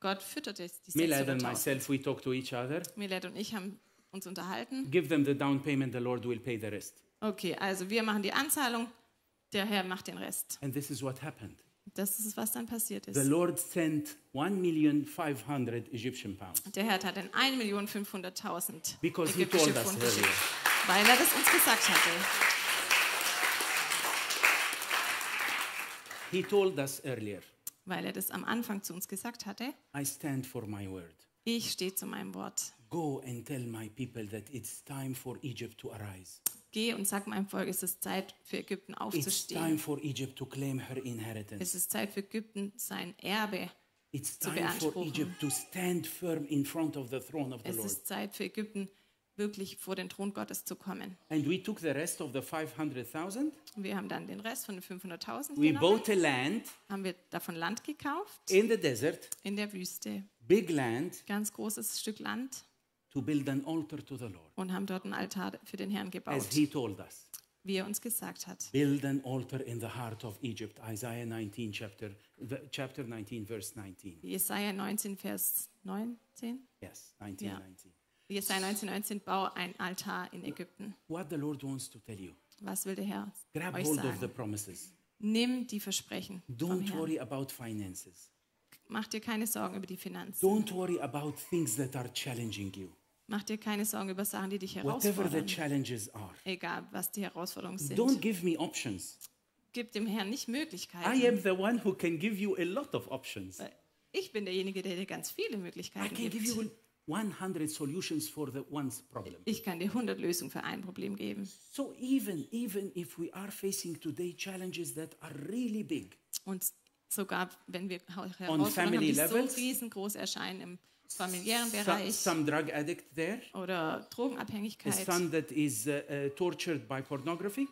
Speaker 2: Gott fütterte die
Speaker 1: Milad and
Speaker 2: 600.000.
Speaker 1: myself, we talk to each other.
Speaker 2: Milad und ich haben uns unterhalten.
Speaker 1: Give them the down payment, the Lord will pay the rest.
Speaker 2: Okay, also wir machen die Anzahlung, der Herr macht den Rest.
Speaker 1: And this is what happened.
Speaker 2: Das ist, was dann passiert ist.
Speaker 1: The Lord sent 1,500,000 Egyptian pounds
Speaker 2: Der Herr hat dann 1.500.000
Speaker 1: because He
Speaker 2: ägyptische
Speaker 1: told us
Speaker 2: Pfund
Speaker 1: earlier.
Speaker 2: geschickt, weil er das uns gesagt hatte.
Speaker 1: He told us earlier,
Speaker 2: Weil er das am Anfang zu uns gesagt hatte.
Speaker 1: I stand for my word.
Speaker 2: Ich stehe zu meinem Wort.
Speaker 1: Go and tell my people that it's time for Egypt to arise.
Speaker 2: Geh und sag meinem Volk, es ist Zeit für Ägypten
Speaker 1: It's time
Speaker 2: aufzustehen.
Speaker 1: for Egypt to claim her inheritance.
Speaker 2: Es ist Zeit für Ägypten sein Erbe.
Speaker 1: It's
Speaker 2: zu
Speaker 1: time for
Speaker 2: beanspruchen.
Speaker 1: Egypt to stand firm in front of the throne of the
Speaker 2: Es
Speaker 1: Lord.
Speaker 2: ist Zeit für Ägypten wirklich vor den Thron Gottes zu kommen.
Speaker 1: And we took the rest of the 500,000.
Speaker 2: Wir haben dann den Rest von den 500.000
Speaker 1: We
Speaker 2: genommen,
Speaker 1: bought a land
Speaker 2: haben wir davon Land gekauft
Speaker 1: in the desert,
Speaker 2: in der Wüste,
Speaker 1: big land,
Speaker 2: ganz großes Stück Land
Speaker 1: to build an altar to the Lord.
Speaker 2: und haben dort einen Altar für den Herrn gebaut,
Speaker 1: As he told us,
Speaker 2: wie er uns gesagt hat.
Speaker 1: build an altar in the heart of Egypt. Isaiah 19, chapter, v- chapter 19, verse 19.
Speaker 2: Jesaja 19, Vers 19.
Speaker 1: Yes, 19,
Speaker 2: Yeah.
Speaker 1: 19.
Speaker 2: Jesaja 19, 19, bau ein Altar in Ägypten.
Speaker 1: What the Lord wants to tell you,
Speaker 2: Was will der Herr
Speaker 1: grab
Speaker 2: euch
Speaker 1: hold of the
Speaker 2: sagen?
Speaker 1: promises.
Speaker 2: Nimm die Versprechen vom
Speaker 1: Don't
Speaker 2: Herrn.
Speaker 1: worry about finances.
Speaker 2: Mach dir keine Sorgen über die Finanzen.
Speaker 1: Don't worry about things that are challenging you,
Speaker 2: Mach dir keine Sorgen über Sachen, die dich
Speaker 1: whatever the
Speaker 2: herausfordern.
Speaker 1: challenges are.
Speaker 2: Egal, was die Herausforderungen
Speaker 1: Don't
Speaker 2: sind.
Speaker 1: give me options.
Speaker 2: Gib dem Herrn nicht
Speaker 1: I
Speaker 2: Möglichkeiten.
Speaker 1: am the one who can give you a lot of options.
Speaker 2: Ich bin derjenige, der dir ganz viele
Speaker 1: I
Speaker 2: Möglichkeiten
Speaker 1: can give
Speaker 2: gibt.
Speaker 1: you 100 solutions for the one's problem.
Speaker 2: Ich kann dir 100 Lösungen für ein Problem geben.
Speaker 1: So even even if we are facing today challenges that are really big,
Speaker 2: Und sogar, wenn wir Hau- Herausforderungen haben,
Speaker 1: family
Speaker 2: die so
Speaker 1: levels?
Speaker 2: riesengroß erscheinen im familiären
Speaker 1: some,
Speaker 2: Bereich
Speaker 1: some drug addict there,
Speaker 2: oder
Speaker 1: a
Speaker 2: Drogenabhängigkeit
Speaker 1: son that is uh, uh, tortured by pornography,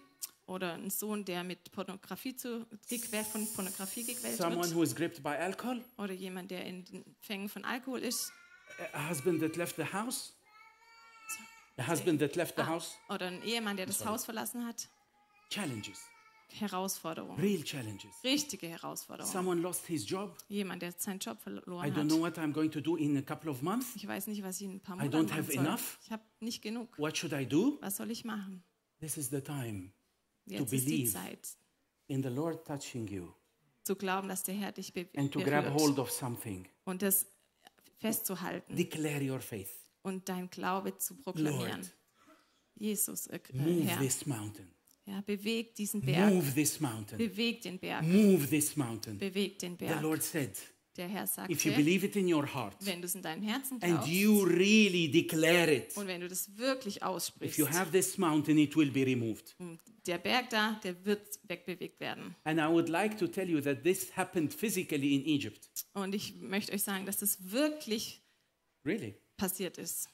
Speaker 2: oder ein Sohn, der mit Pornografie zu, gequält, von Pornografie gequält
Speaker 1: someone
Speaker 2: wird
Speaker 1: who is gripped by alcohol,
Speaker 2: oder jemand, der in den Fängen von Alkohol ist
Speaker 1: a husband that left the house, a husband that left the house.
Speaker 2: oder ein Ehemann, der das Haus verlassen hat.
Speaker 1: Challenges,
Speaker 2: Herausforderungen,
Speaker 1: real challenges.
Speaker 2: richtige Herausforderungen.
Speaker 1: Someone lost his job.
Speaker 2: Jemand, der seinen Job
Speaker 1: I
Speaker 2: verloren
Speaker 1: don't know
Speaker 2: hat.
Speaker 1: what I'm going to do in a couple of months.
Speaker 2: Ich weiß nicht, was ich in ein paar
Speaker 1: I don't
Speaker 2: Monaten
Speaker 1: have
Speaker 2: machen soll.
Speaker 1: enough.
Speaker 2: Ich habe nicht genug.
Speaker 1: What should I do?
Speaker 2: Was soll ich machen?
Speaker 1: This is the time
Speaker 2: Jetzt ist die
Speaker 1: believe.
Speaker 2: Zeit,
Speaker 1: in the Lord touching you
Speaker 2: zu glauben, dass der Herr dich be
Speaker 1: and to grab
Speaker 2: berührt
Speaker 1: hold of something.
Speaker 2: und das festzuhalten
Speaker 1: Declare your faith.
Speaker 2: und dein Glaube zu proklamieren.
Speaker 1: Lord,
Speaker 2: Jesus, äh,
Speaker 1: Move
Speaker 2: Herr,
Speaker 1: this mountain.
Speaker 2: ja, bewegt diesen Berg,
Speaker 1: Move this mountain.
Speaker 2: bewegt den Berg,
Speaker 1: Move this mountain.
Speaker 2: bewegt den
Speaker 1: Mm. The
Speaker 2: Berg.
Speaker 1: Lord said,
Speaker 2: Der Herr
Speaker 1: if you
Speaker 2: sagte,
Speaker 1: believe it in your heart
Speaker 2: wenn du es in deinem Herzen
Speaker 1: and
Speaker 2: glaubst
Speaker 1: you really declare it,
Speaker 2: und wenn du das wirklich
Speaker 1: if
Speaker 2: aussprichst,
Speaker 1: you have this mountain, it will be removed.
Speaker 2: Mm. der Berg da, der wird wegbewegt werden.
Speaker 1: And I would like to tell you that this happened physically in Egypt.
Speaker 2: Und ich möchte euch sagen, dass das wirklich
Speaker 1: Really,
Speaker 2: passiert ist.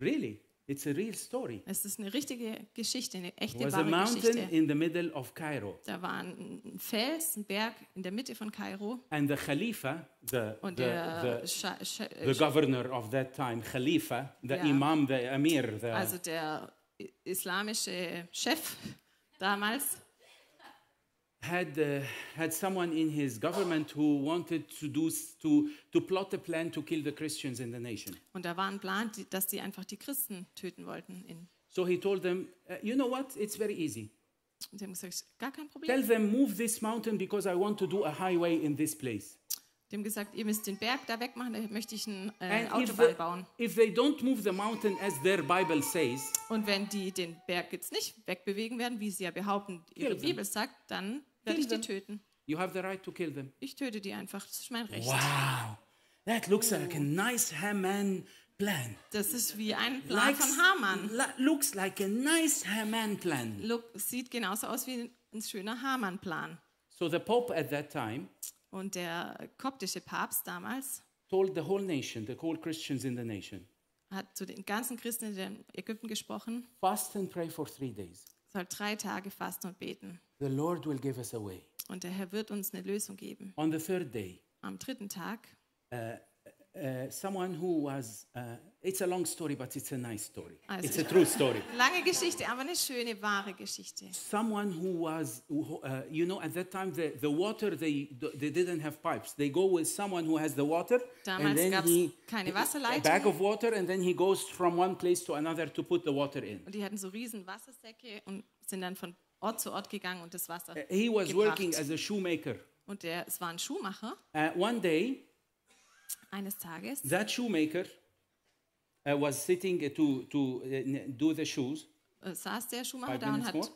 Speaker 1: really. It's a real story.
Speaker 2: Es ist eine richtige Geschichte, eine
Speaker 1: It
Speaker 2: echte,
Speaker 1: was a
Speaker 2: wahre
Speaker 1: mountain
Speaker 2: Geschichte.
Speaker 1: in the middle of Cairo.
Speaker 2: Da war ein ein Fels, ein Berg in der Mitte von Kairo.
Speaker 1: And the Khalifa, the, the,
Speaker 2: Und der,
Speaker 1: the,
Speaker 2: Scha Scha
Speaker 1: the governor of that time, Khalifa, the
Speaker 2: Yeah.
Speaker 1: Imam, the Amir, the,
Speaker 2: also der i- islamische Chef damals
Speaker 1: had uh, had someone in his government who wanted to do s- to to plot a plan to kill the Christians in the nation.
Speaker 2: und da war ein Plan, die, dass die einfach die Christen töten wollten. In,
Speaker 1: So he told them, uh, you know what? It's very easy.
Speaker 2: und die haben gesagt, gar kein
Speaker 1: Tell
Speaker 2: Problem.
Speaker 1: them move this mountain because I want to do a highway in this place.
Speaker 2: Die haben gesagt, ihr müsst den Berg da wegmachen, da möchte ich eine äh,
Speaker 1: And if,
Speaker 2: Autobahn
Speaker 1: the-
Speaker 2: bauen.
Speaker 1: if they don't move the mountain as their Bible says,
Speaker 2: Und wenn die den Berg jetzt nicht wegbewegen werden, wie sie ja behaupten, ihre
Speaker 1: Kill them.
Speaker 2: Bibel sagt, dann
Speaker 1: Kill
Speaker 2: werde ich die
Speaker 1: them.
Speaker 2: töten.
Speaker 1: you have the right to kill them.
Speaker 2: Ich töte die einfach, das ist mein Recht.
Speaker 1: Wow, that looks like a nice Haman plan.
Speaker 2: Das ist wie ein Plan
Speaker 1: Likes-
Speaker 2: von Hamann.
Speaker 1: li- looks like a nice Haman plan.
Speaker 2: Look, sieht genauso aus wie ein schöner Hamann-Plan.
Speaker 1: So the Pope at that time
Speaker 2: Und der koptische Papst damals
Speaker 1: told the whole nation, the whole Christians in the nation,
Speaker 2: hat zu den ganzen Christen in Ägypten gesprochen,
Speaker 1: fast and pray for three days.
Speaker 2: soll drei Tage fasten und beten.
Speaker 1: The Lord will give us a way.
Speaker 2: Und der Herr wird uns eine Lösung geben.
Speaker 1: On the third day,
Speaker 2: Am dritten Tag,
Speaker 1: uh, someone who was, uh, it's a long story, but it's a nice story.
Speaker 2: I
Speaker 1: It's
Speaker 2: see.
Speaker 1: a true story.
Speaker 2: lange Geschichte, aber eine schöne, wahre Geschichte.
Speaker 1: Someone who was, who, uh, you know, at that time, the, the water, they, they didn't have pipes. They go with someone who has the water,
Speaker 2: Damals
Speaker 1: and then
Speaker 2: gab's
Speaker 1: he,
Speaker 2: keine
Speaker 1: a
Speaker 2: Wasserleitung.
Speaker 1: bag of water, and then he goes from one place to another to put the water in.
Speaker 2: Und die hatten so riesen Wassersäcke und sind dann von Ort zu Ort gegangen und das Wasser
Speaker 1: He was working
Speaker 2: gebracht.
Speaker 1: as a shoemaker.
Speaker 2: Und der, es war ein Schuhmacher
Speaker 1: Uh, one day,
Speaker 2: eines Tages.
Speaker 1: that shoemaker uh, was sitting uh, to, to uh, n- do the shoes.
Speaker 2: äh, Saß der Schuhmacher
Speaker 1: Five
Speaker 2: da und
Speaker 1: minutes
Speaker 2: hat
Speaker 1: more.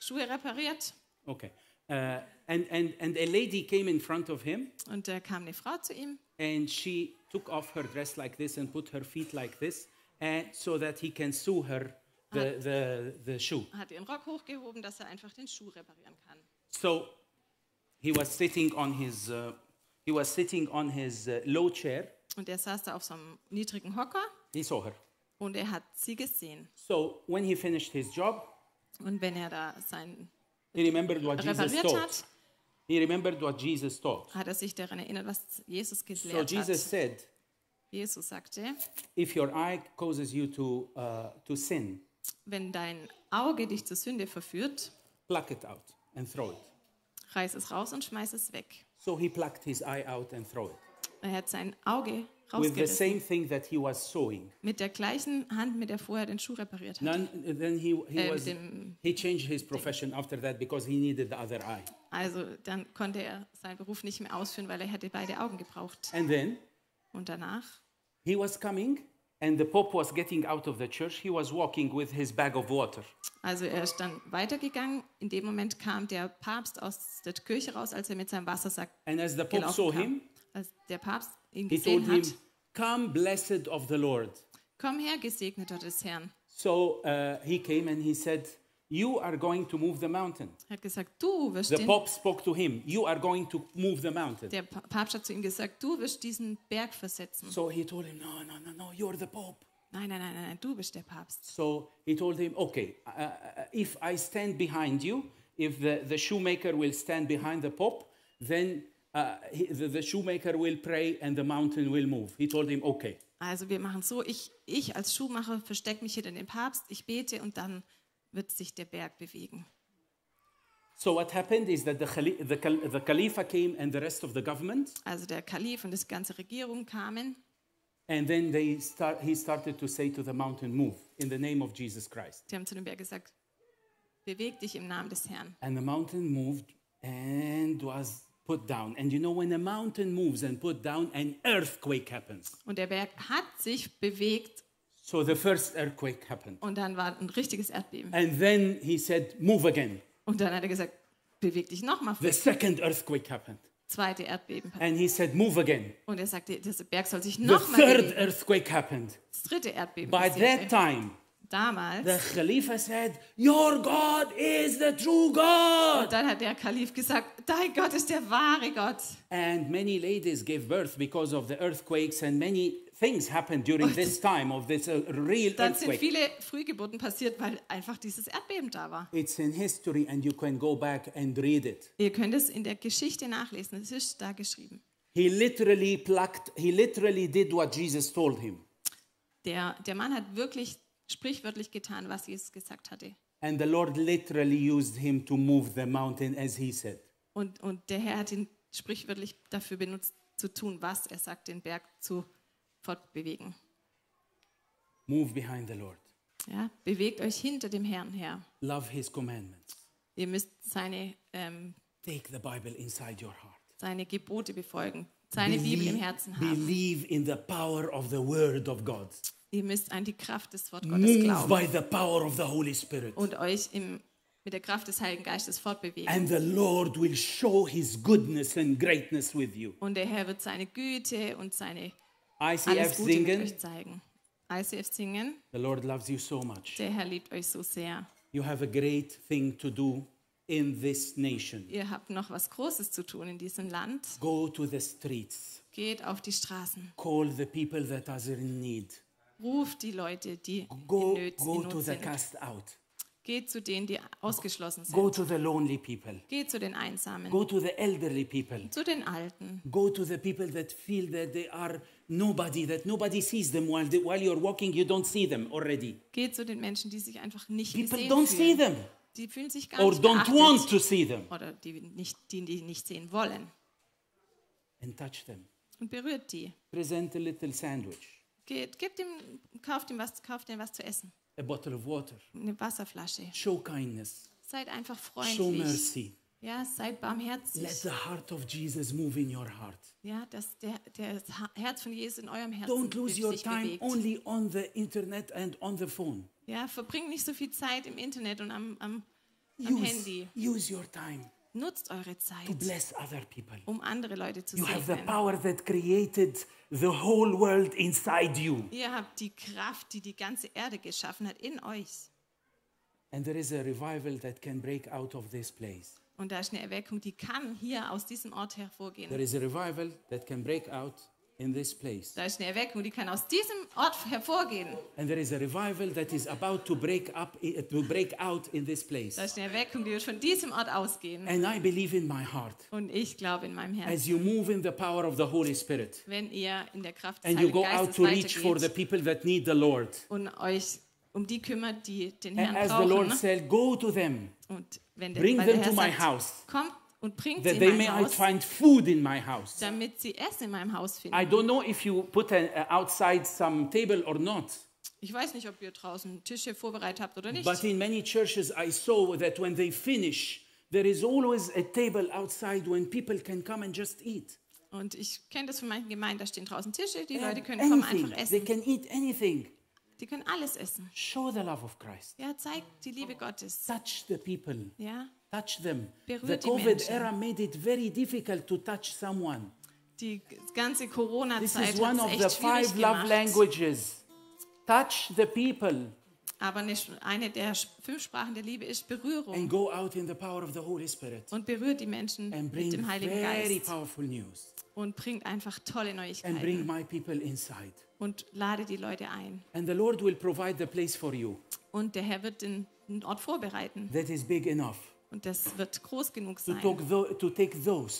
Speaker 2: Schuhe repariert.
Speaker 1: Okay. Uh, and, and, and a lady came in front of him
Speaker 2: Und da kam eine Frau zu ihm
Speaker 1: and she took off her dress like this and put her feet like this and so that he can sew her the, the, the shoe.
Speaker 2: hat ihren Rock hochgehoben, dass er einfach den Schuh reparieren kann.
Speaker 1: So he was sitting on his, uh, he was sitting on his uh, low chair.
Speaker 2: Und er saß da auf so einem niedrigen Hocker
Speaker 1: He saw her.
Speaker 2: und er hat sie gesehen.
Speaker 1: So when he finished his job,
Speaker 2: Und wenn er da sein
Speaker 1: he remembered what Jesus
Speaker 2: repariert
Speaker 1: taught.
Speaker 2: hat,
Speaker 1: He remembered what Jesus taught.
Speaker 2: hat er sich daran erinnert, was Jesus
Speaker 1: So
Speaker 2: gelehrt
Speaker 1: Jesus
Speaker 2: hat.
Speaker 1: said,
Speaker 2: Jesus sagte,
Speaker 1: if your eye causes you to, uh, to sin,
Speaker 2: wenn dein Auge dich zur Sünde verführt,
Speaker 1: pluck it out and throw it.
Speaker 2: reiß es raus und schmeiß es weg.
Speaker 1: So he plucked his eye out and threw it.
Speaker 2: Er hat sein Auge
Speaker 1: with the
Speaker 2: rausgerissen.
Speaker 1: same thing that he was sowing.
Speaker 2: Mit der gleichen Hand, mit der vorher den Schuh repariert hat.
Speaker 1: None, then he, he,
Speaker 2: Ähm,
Speaker 1: was,
Speaker 2: dem-
Speaker 1: he changed his profession after that because he needed the other eye.
Speaker 2: Also dann konnte er seinen Beruf nicht mehr ausführen, weil er hätte beide Augen gebraucht.
Speaker 1: And then
Speaker 2: Und danach
Speaker 1: he was coming, and the Pope was getting out of the church. He was walking with his bag of water.
Speaker 2: Also er ist dann weitergegangen. In dem Moment kam der Papst aus der Kirche raus, als er mit seinem Wassersack
Speaker 1: And as the Pope
Speaker 2: gelaufen
Speaker 1: saw
Speaker 2: kam.
Speaker 1: him,
Speaker 2: Als der Papst ihn
Speaker 1: he told
Speaker 2: gesehen
Speaker 1: him,
Speaker 2: hat,
Speaker 1: Come, blessed of the Lord.
Speaker 2: komm her, Gesegneter des Herrn.
Speaker 1: So uh, he came and he said, You are going to move the mountain.
Speaker 2: Er hat gesagt, du wirst
Speaker 1: The
Speaker 2: den...
Speaker 1: Pope spoke to him, You are going to move the mountain.
Speaker 2: Der Pa- Papst hat zu ihm gesagt, du wirst diesen Berg versetzen.
Speaker 1: So he told him, No, no, no, no, you're the Pope.
Speaker 2: Nein, nein, nein, nein, nein, du bist der Papst.
Speaker 1: So he told him, okay, uh, uh, if I stand behind you, if the, the shoemaker will stand behind the Pope, then uh, he, the, the shoemaker will pray and the mountain will move. He told him, okay.
Speaker 2: Also wir machen so, ich, ich als Schuhmacher verstecke mich hinter dem Papst, ich bete und dann wird sich der Berg bewegen.
Speaker 1: So what happened is that the, Khali- the, Khal- the Khalifa came and the rest of the government,
Speaker 2: Also der Kalif und die ganze Regierung kamen
Speaker 1: and then they start, he started to say to the mountain, move in the name of Jesus Christ.
Speaker 2: Die haben zu dem Berg gesagt, beweg dich im Namen des Herrn.
Speaker 1: And the mountain moved and was put down. And you know, when a mountain moves and put down, an earthquake happens.
Speaker 2: Und der Berg hat sich bewegt
Speaker 1: So the first earthquake happened.
Speaker 2: und dann war ein richtiges Erdbeben.
Speaker 1: And then he said, Move again.
Speaker 2: Und dann hat er gesagt, beweg dich nochmal.
Speaker 1: The second earthquake happened.
Speaker 2: Zweite Erdbeben.
Speaker 1: And he said, Move again.
Speaker 2: Und er sagte, dieser Berg soll sich
Speaker 1: The
Speaker 2: nochmal
Speaker 1: third
Speaker 2: bewegen.
Speaker 1: earthquake happened.
Speaker 2: Das dritte Erdbeben.
Speaker 1: By that
Speaker 2: passierte.
Speaker 1: time, the
Speaker 2: Damals.
Speaker 1: Khalifa said, Your God is the true God.
Speaker 2: Und dann hat der Kalif gesagt, dein Gott ist der wahre Gott.
Speaker 1: And many ladies gave birth because of the earthquakes, and many things happened
Speaker 2: Oh,
Speaker 1: during this time of this uh, real
Speaker 2: Dann sind
Speaker 1: earthquake.
Speaker 2: viele Frühgeburten passiert, weil einfach dieses Erdbeben da war.
Speaker 1: It's in history, and you can go back and read it.
Speaker 2: Ihr könnt es in der Geschichte nachlesen. Es ist da geschrieben.
Speaker 1: He literally plucked, he literally did what Jesus told him.
Speaker 2: Der, der Mann hat wirklich sprichwörtlich getan, was Jesus gesagt hatte.
Speaker 1: And the Lord literally used him to move the mountain as he said.
Speaker 2: Und, und der Herr hat ihn sprichwörtlich dafür benutzt, zu tun, was er sagt, den Berg zu fortbewegen.
Speaker 1: Move behind the Lord.
Speaker 2: Ja? Bewegt euch hinter dem Herrn her.
Speaker 1: Love his commandments.
Speaker 2: Ihr müsst seine, ähm,
Speaker 1: Take the Bible inside your heart.
Speaker 2: seine Gebote befolgen, seine Bibel im Herzen haben.
Speaker 1: believe in the power of the word of God.
Speaker 2: Ihr müsst an die Kraft des Wort Gottes
Speaker 1: Move
Speaker 2: glauben
Speaker 1: by the power of the Holy Spirit.
Speaker 2: und euch im, mit der Kraft des Heiligen Geistes fortbewegen.
Speaker 1: And the Lord will show his goodness and greatness with you.
Speaker 2: Und der Herr wird seine Güte und seine
Speaker 1: ICF
Speaker 2: alles Gute mit
Speaker 1: singen.
Speaker 2: euch zeigen. ICF singen,
Speaker 1: The Lord loves you so much.
Speaker 2: der Herr liebt euch so sehr.
Speaker 1: You have a great thing to do in this nation.
Speaker 2: Ihr habt noch was Großes zu tun in diesem Land.
Speaker 1: Go to the streets.
Speaker 2: Geht auf die Straßen.
Speaker 1: Call the people that are in need.
Speaker 2: Ruft die Leute, die in
Speaker 1: Go,
Speaker 2: Nöt,
Speaker 1: go
Speaker 2: in
Speaker 1: to
Speaker 2: Not
Speaker 1: the
Speaker 2: sind.
Speaker 1: cast out.
Speaker 2: Geht zu denen, die ausgeschlossen sind.
Speaker 1: Go to the lonely people.
Speaker 2: Geht zu den Einsamen.
Speaker 1: Go to the elderly people.
Speaker 2: Zu den Alten.
Speaker 1: Go to the people that feel that they are nobody, that nobody sees them while, they, while you're walking, you don't see them already.
Speaker 2: Geht zu den Menschen, die sich einfach nicht
Speaker 1: People
Speaker 2: gesehen
Speaker 1: don't see
Speaker 2: fühlen.
Speaker 1: them
Speaker 2: Die fühlen sich gar
Speaker 1: or
Speaker 2: nicht
Speaker 1: don't
Speaker 2: beachtet.
Speaker 1: want to see them.
Speaker 2: Oder die nicht, die, die nicht sehen wollen.
Speaker 1: And touch them.
Speaker 2: Und berührt die.
Speaker 1: Present a little sandwich,
Speaker 2: Geht, gebt ihm, kauft ihm was, kauft ihm was zu essen.
Speaker 1: a bottle of water.
Speaker 2: Eine Wasserflasche.
Speaker 1: Show kindness,
Speaker 2: Seid einfach
Speaker 1: show
Speaker 2: freundlich.
Speaker 1: mercy.
Speaker 2: Ja, seid
Speaker 1: Let
Speaker 2: barmherzig.
Speaker 1: the heart of Jesus move in your heart.
Speaker 2: Ja, dass der, der das Herz von Jesus in eurem Herzen
Speaker 1: Don't lose
Speaker 2: sich
Speaker 1: your time
Speaker 2: bewegt.
Speaker 1: only on the internet and on the phone.
Speaker 2: Ja, verbringt nicht so viel Zeit im Internet und am, am, am
Speaker 1: Use,
Speaker 2: Handy.
Speaker 1: use your time
Speaker 2: Nutzt eure
Speaker 1: to
Speaker 2: Zeit,
Speaker 1: bless other people.
Speaker 2: um andere Leute zu
Speaker 1: You have the
Speaker 2: segnen.
Speaker 1: power that created the whole world inside you.
Speaker 2: Ihr habt die Kraft, die die ganze Erde geschaffen hat, in euch.
Speaker 1: And there is a revival that can break out of this place.
Speaker 2: Und da ist eine Erweckung, die kann hier aus diesem Ort
Speaker 1: There
Speaker 2: hervorgehen.
Speaker 1: is a revival that can break out in this place.
Speaker 2: Da ist eine Erweckung, die kann aus diesem Ort hervorgehen.
Speaker 1: And there is a revival that is about to break up eh, to break out in this place.
Speaker 2: Da ist eine Erweckung, die wird von diesem Ort ausgehen.
Speaker 1: And I believe in my heart
Speaker 2: Und ich glaube in meinem Herzen,
Speaker 1: as you move in the power of the Holy Spirit
Speaker 2: wenn ihr in der Kraft des
Speaker 1: and you
Speaker 2: Heiligen
Speaker 1: go out
Speaker 2: Geistes
Speaker 1: to reach for the
Speaker 2: weitergeht
Speaker 1: people that need the Lord.
Speaker 2: und euch um die kümmert, die den
Speaker 1: And
Speaker 2: Herrn
Speaker 1: as the Lord
Speaker 2: brauchen, ne?
Speaker 1: said, go to them.
Speaker 2: Und wenn der,
Speaker 1: Bring
Speaker 2: weil der
Speaker 1: them
Speaker 2: Herr
Speaker 1: to my
Speaker 2: sagt,
Speaker 1: house.
Speaker 2: kommt und bringt sie
Speaker 1: that they
Speaker 2: in
Speaker 1: may
Speaker 2: mein Haus,
Speaker 1: find food in my house.
Speaker 2: damit sie Essen in meinem Haus finden.
Speaker 1: I don't know if you put an, uh, outside some table or not,
Speaker 2: Ich weiß nicht, ob ihr draußen Tische vorbereitet habt oder nicht.
Speaker 1: but in many churches I saw that when they finish, there is always a table outside when people can come and just eat.
Speaker 2: Und ich kenne das von manchen Gemeinden, da stehen draußen Tische, die Leute können kommen
Speaker 1: anything.
Speaker 2: einfach
Speaker 1: They
Speaker 2: essen.
Speaker 1: can eat anything.
Speaker 2: Die können alles essen.
Speaker 1: Show the love of Christ.
Speaker 2: Ja, zeigt die Liebe Gottes.
Speaker 1: Touch the people.
Speaker 2: Ja,
Speaker 1: Touch them. the
Speaker 2: Berührt die
Speaker 1: COVID
Speaker 2: Menschen.
Speaker 1: era made it very difficult to touch someone.
Speaker 2: die ganze
Speaker 1: This
Speaker 2: Corona-Zeit
Speaker 1: is one
Speaker 2: hat
Speaker 1: of
Speaker 2: es
Speaker 1: the
Speaker 2: echt schwierig
Speaker 1: five love
Speaker 2: gemacht.
Speaker 1: languages. Touch the people
Speaker 2: Aber eine, eine der fünf Sprachen der Liebe ist
Speaker 1: and
Speaker 2: Berührung.
Speaker 1: go out in the power of the Holy Spirit
Speaker 2: Und berührt die Menschen
Speaker 1: and
Speaker 2: mit
Speaker 1: bring
Speaker 2: dem Heiligen
Speaker 1: very
Speaker 2: Geist
Speaker 1: powerful news
Speaker 2: und bringt einfach tolle
Speaker 1: and bring
Speaker 2: Neuigkeiten
Speaker 1: my people inside.
Speaker 2: und lade die Leute ein.
Speaker 1: And the Lord will provide the place for you
Speaker 2: Und der Herr wird den den Ort vorbereiten
Speaker 1: that is big enough
Speaker 2: und das wird groß genug
Speaker 1: to,
Speaker 2: sein,
Speaker 1: talk tho- to take those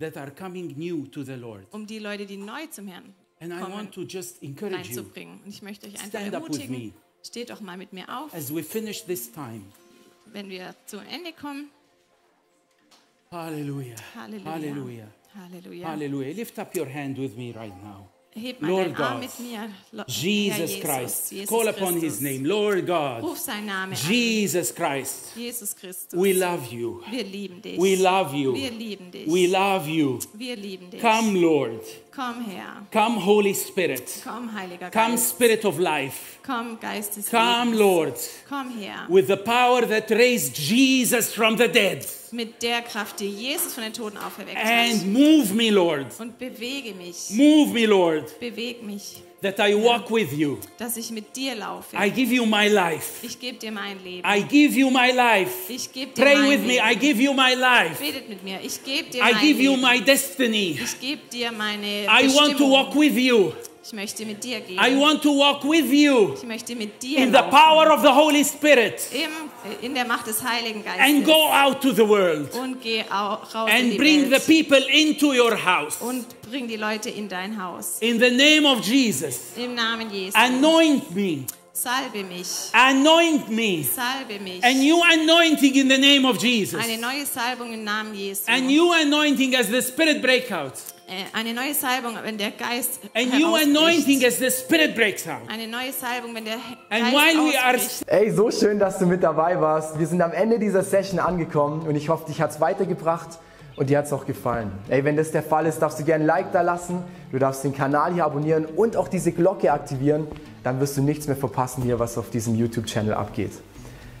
Speaker 1: that are coming new to the Lord.
Speaker 2: um die Leute, die neu zum Herrn
Speaker 1: And I
Speaker 2: kommen,
Speaker 1: want to just encourage you
Speaker 2: reinzubringen. Und ich möchte euch einfach
Speaker 1: Stand up with me.
Speaker 2: ermutigen, steht doch mal mit mir auf,
Speaker 1: as we finish this time.
Speaker 2: wenn wir zum Ende kommen.
Speaker 1: Hallelujah.
Speaker 2: Halleluja.
Speaker 1: Hallelujah.
Speaker 2: Halleluja.
Speaker 1: Hallelujah. Lift up your hand with me right now.
Speaker 2: Heb mal
Speaker 1: Lord
Speaker 2: deinen Arm
Speaker 1: God.
Speaker 2: mit mir. Lo- Herr
Speaker 1: Jesus
Speaker 2: Jesus
Speaker 1: Christ.
Speaker 2: Jesus
Speaker 1: Call upon
Speaker 2: Christus.
Speaker 1: his name. Lord God.
Speaker 2: Ruf seinen Namen
Speaker 1: Jesus Christ.
Speaker 2: an. Jesus Christus.
Speaker 1: We love you.
Speaker 2: wir lieben dich.
Speaker 1: We love
Speaker 2: wir
Speaker 1: you.
Speaker 2: lieben dich.
Speaker 1: We love you.
Speaker 2: wir lieben dich.
Speaker 1: Come, Lord.
Speaker 2: Komm her.
Speaker 1: Come, Holy Spirit.
Speaker 2: Komm, Heiliger
Speaker 1: Come,
Speaker 2: Geist.
Speaker 1: Spirit of life.
Speaker 2: Komm, Geist des
Speaker 1: Come,
Speaker 2: Lebens.
Speaker 1: Lord,
Speaker 2: Komm her.
Speaker 1: with the power that raised Jesus from the dead.
Speaker 2: Mit der Kraft, die Jesus von den Toten auferweckt
Speaker 1: And
Speaker 2: hat.
Speaker 1: move me, Lord.
Speaker 2: Und bewege mich.
Speaker 1: Move me, Lord,
Speaker 2: Beweg mich,
Speaker 1: that I walk with you.
Speaker 2: dass ich mit dir laufe.
Speaker 1: I give you my life.
Speaker 2: Ich gebe dir mein Leben.
Speaker 1: I give you my life.
Speaker 2: ich gebe dir
Speaker 1: Pray
Speaker 2: mein
Speaker 1: with
Speaker 2: Leben.
Speaker 1: me. I give you my life.
Speaker 2: Betet mit mir. Ich gebe dir
Speaker 1: I
Speaker 2: mein
Speaker 1: give you
Speaker 2: Leben.
Speaker 1: my destiny.
Speaker 2: ich gebe dir meine
Speaker 1: I want to
Speaker 2: Bestimmung.
Speaker 1: walk with you.
Speaker 2: Ich möchte mit dir gehen.
Speaker 1: I want to walk with you
Speaker 2: ich möchte mit dir
Speaker 1: in the
Speaker 2: laufen.
Speaker 1: power of the Holy Spirit
Speaker 2: Im, äh, in der Macht des Heiligen Geistes.
Speaker 1: and go out to the world
Speaker 2: und geh au- raus in
Speaker 1: and
Speaker 2: die
Speaker 1: bring the
Speaker 2: Welt.
Speaker 1: people into your house.
Speaker 2: und bring die Leute in dein Haus.
Speaker 1: In the name of Jesus,
Speaker 2: Im Namen Jesu.
Speaker 1: anoint me.
Speaker 2: Salbe mich.
Speaker 1: Anoint me.
Speaker 2: Salbe mich.
Speaker 1: And you anointing in the name of
Speaker 2: Eine
Speaker 1: Jesus.
Speaker 2: neue Salbung im Namen Jesu.
Speaker 1: And you anointing as the Spirit breaks out.
Speaker 2: Äh, Eine neue Salbung, wenn der Geist
Speaker 1: And you anointing
Speaker 2: herausbricht.
Speaker 1: as the Spirit breaks out.
Speaker 2: Eine neue Salbung, wenn der He-
Speaker 1: And
Speaker 2: Geist
Speaker 1: while we are
Speaker 2: ausbricht.
Speaker 3: Ey, so schön, dass du mit dabei warst. Wir sind am Ende dieser Session angekommen und ich hoffe, dich hat's weitergebracht und dir hat's auch gefallen. Ey, wenn das der Fall ist, darfst du gerne ein Like da lassen, du darfst den Kanal hier abonnieren und auch diese Glocke aktivieren. Dann wirst du nichts mehr verpassen hier, was auf diesem YouTube-Channel abgeht.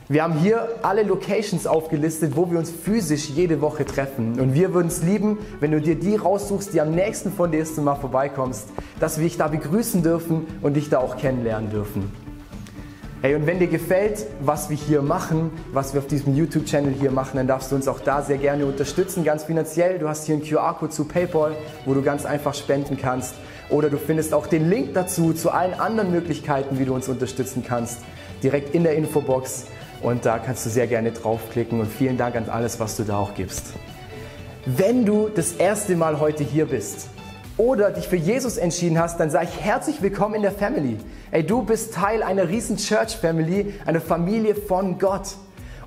Speaker 3: Wir haben hier alle Locations aufgelistet, wo wir uns physisch jede Woche treffen. Und wir würden es lieben, wenn du dir die raussuchst, die am nächsten von dir ist und mal vorbeikommst, dass wir dich da begrüßen dürfen und dich da auch kennenlernen dürfen. Hey, und wenn dir gefällt, was wir hier machen, was wir auf diesem YouTube-Channel hier machen, dann darfst du uns auch da sehr gerne unterstützen, ganz finanziell. Du hast hier einen QR-Code zu PayPal, wo du ganz einfach spenden kannst. Oder du findest auch den Link dazu zu allen anderen Möglichkeiten, wie du uns unterstützen kannst, direkt in der Infobox. Und da kannst du sehr gerne draufklicken. Und vielen Dank an alles, was du da auch gibst. Wenn du das erste Mal heute hier bist oder dich für Jesus entschieden hast, dann sei ich herzlich willkommen in der Family. Ey, du bist Teil einer riesen Church Family, einer Familie von Gott.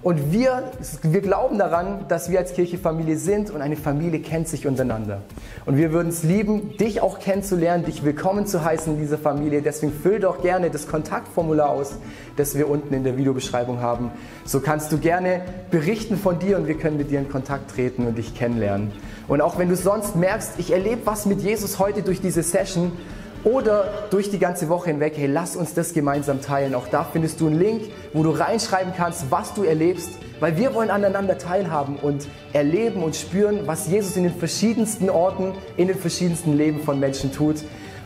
Speaker 3: Und wir, wir glauben daran, dass wir als Kirche Familie sind und eine Familie kennt sich untereinander. Und wir würden es lieben, dich auch kennenzulernen, dich willkommen zu heißen in dieser Familie. Deswegen füll doch gerne das Kontaktformular aus, das wir unten in der Videobeschreibung haben. So kannst du gerne berichten von dir und wir können mit dir in Kontakt treten und dich kennenlernen. Und auch wenn du sonst merkst, ich erlebe was mit Jesus heute durch diese Session oder durch die ganze Woche hinweg, hey, lass uns das gemeinsam teilen. Auch da findest du einen Link, wo du reinschreiben kannst, was du erlebst, weil wir wollen aneinander teilhaben und erleben und spüren, was Jesus in den verschiedensten Orten, in den verschiedensten Leben von Menschen tut.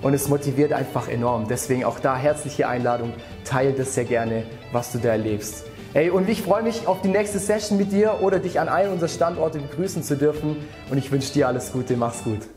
Speaker 3: Und es motiviert einfach enorm. Deswegen auch da herzliche Einladung. Teile das sehr gerne, was du da erlebst. Hey, und ich freue mich auf die nächste Session mit dir oder dich an einem unserer Standorte begrüßen zu dürfen. Und ich wünsche dir alles Gute. Mach's gut.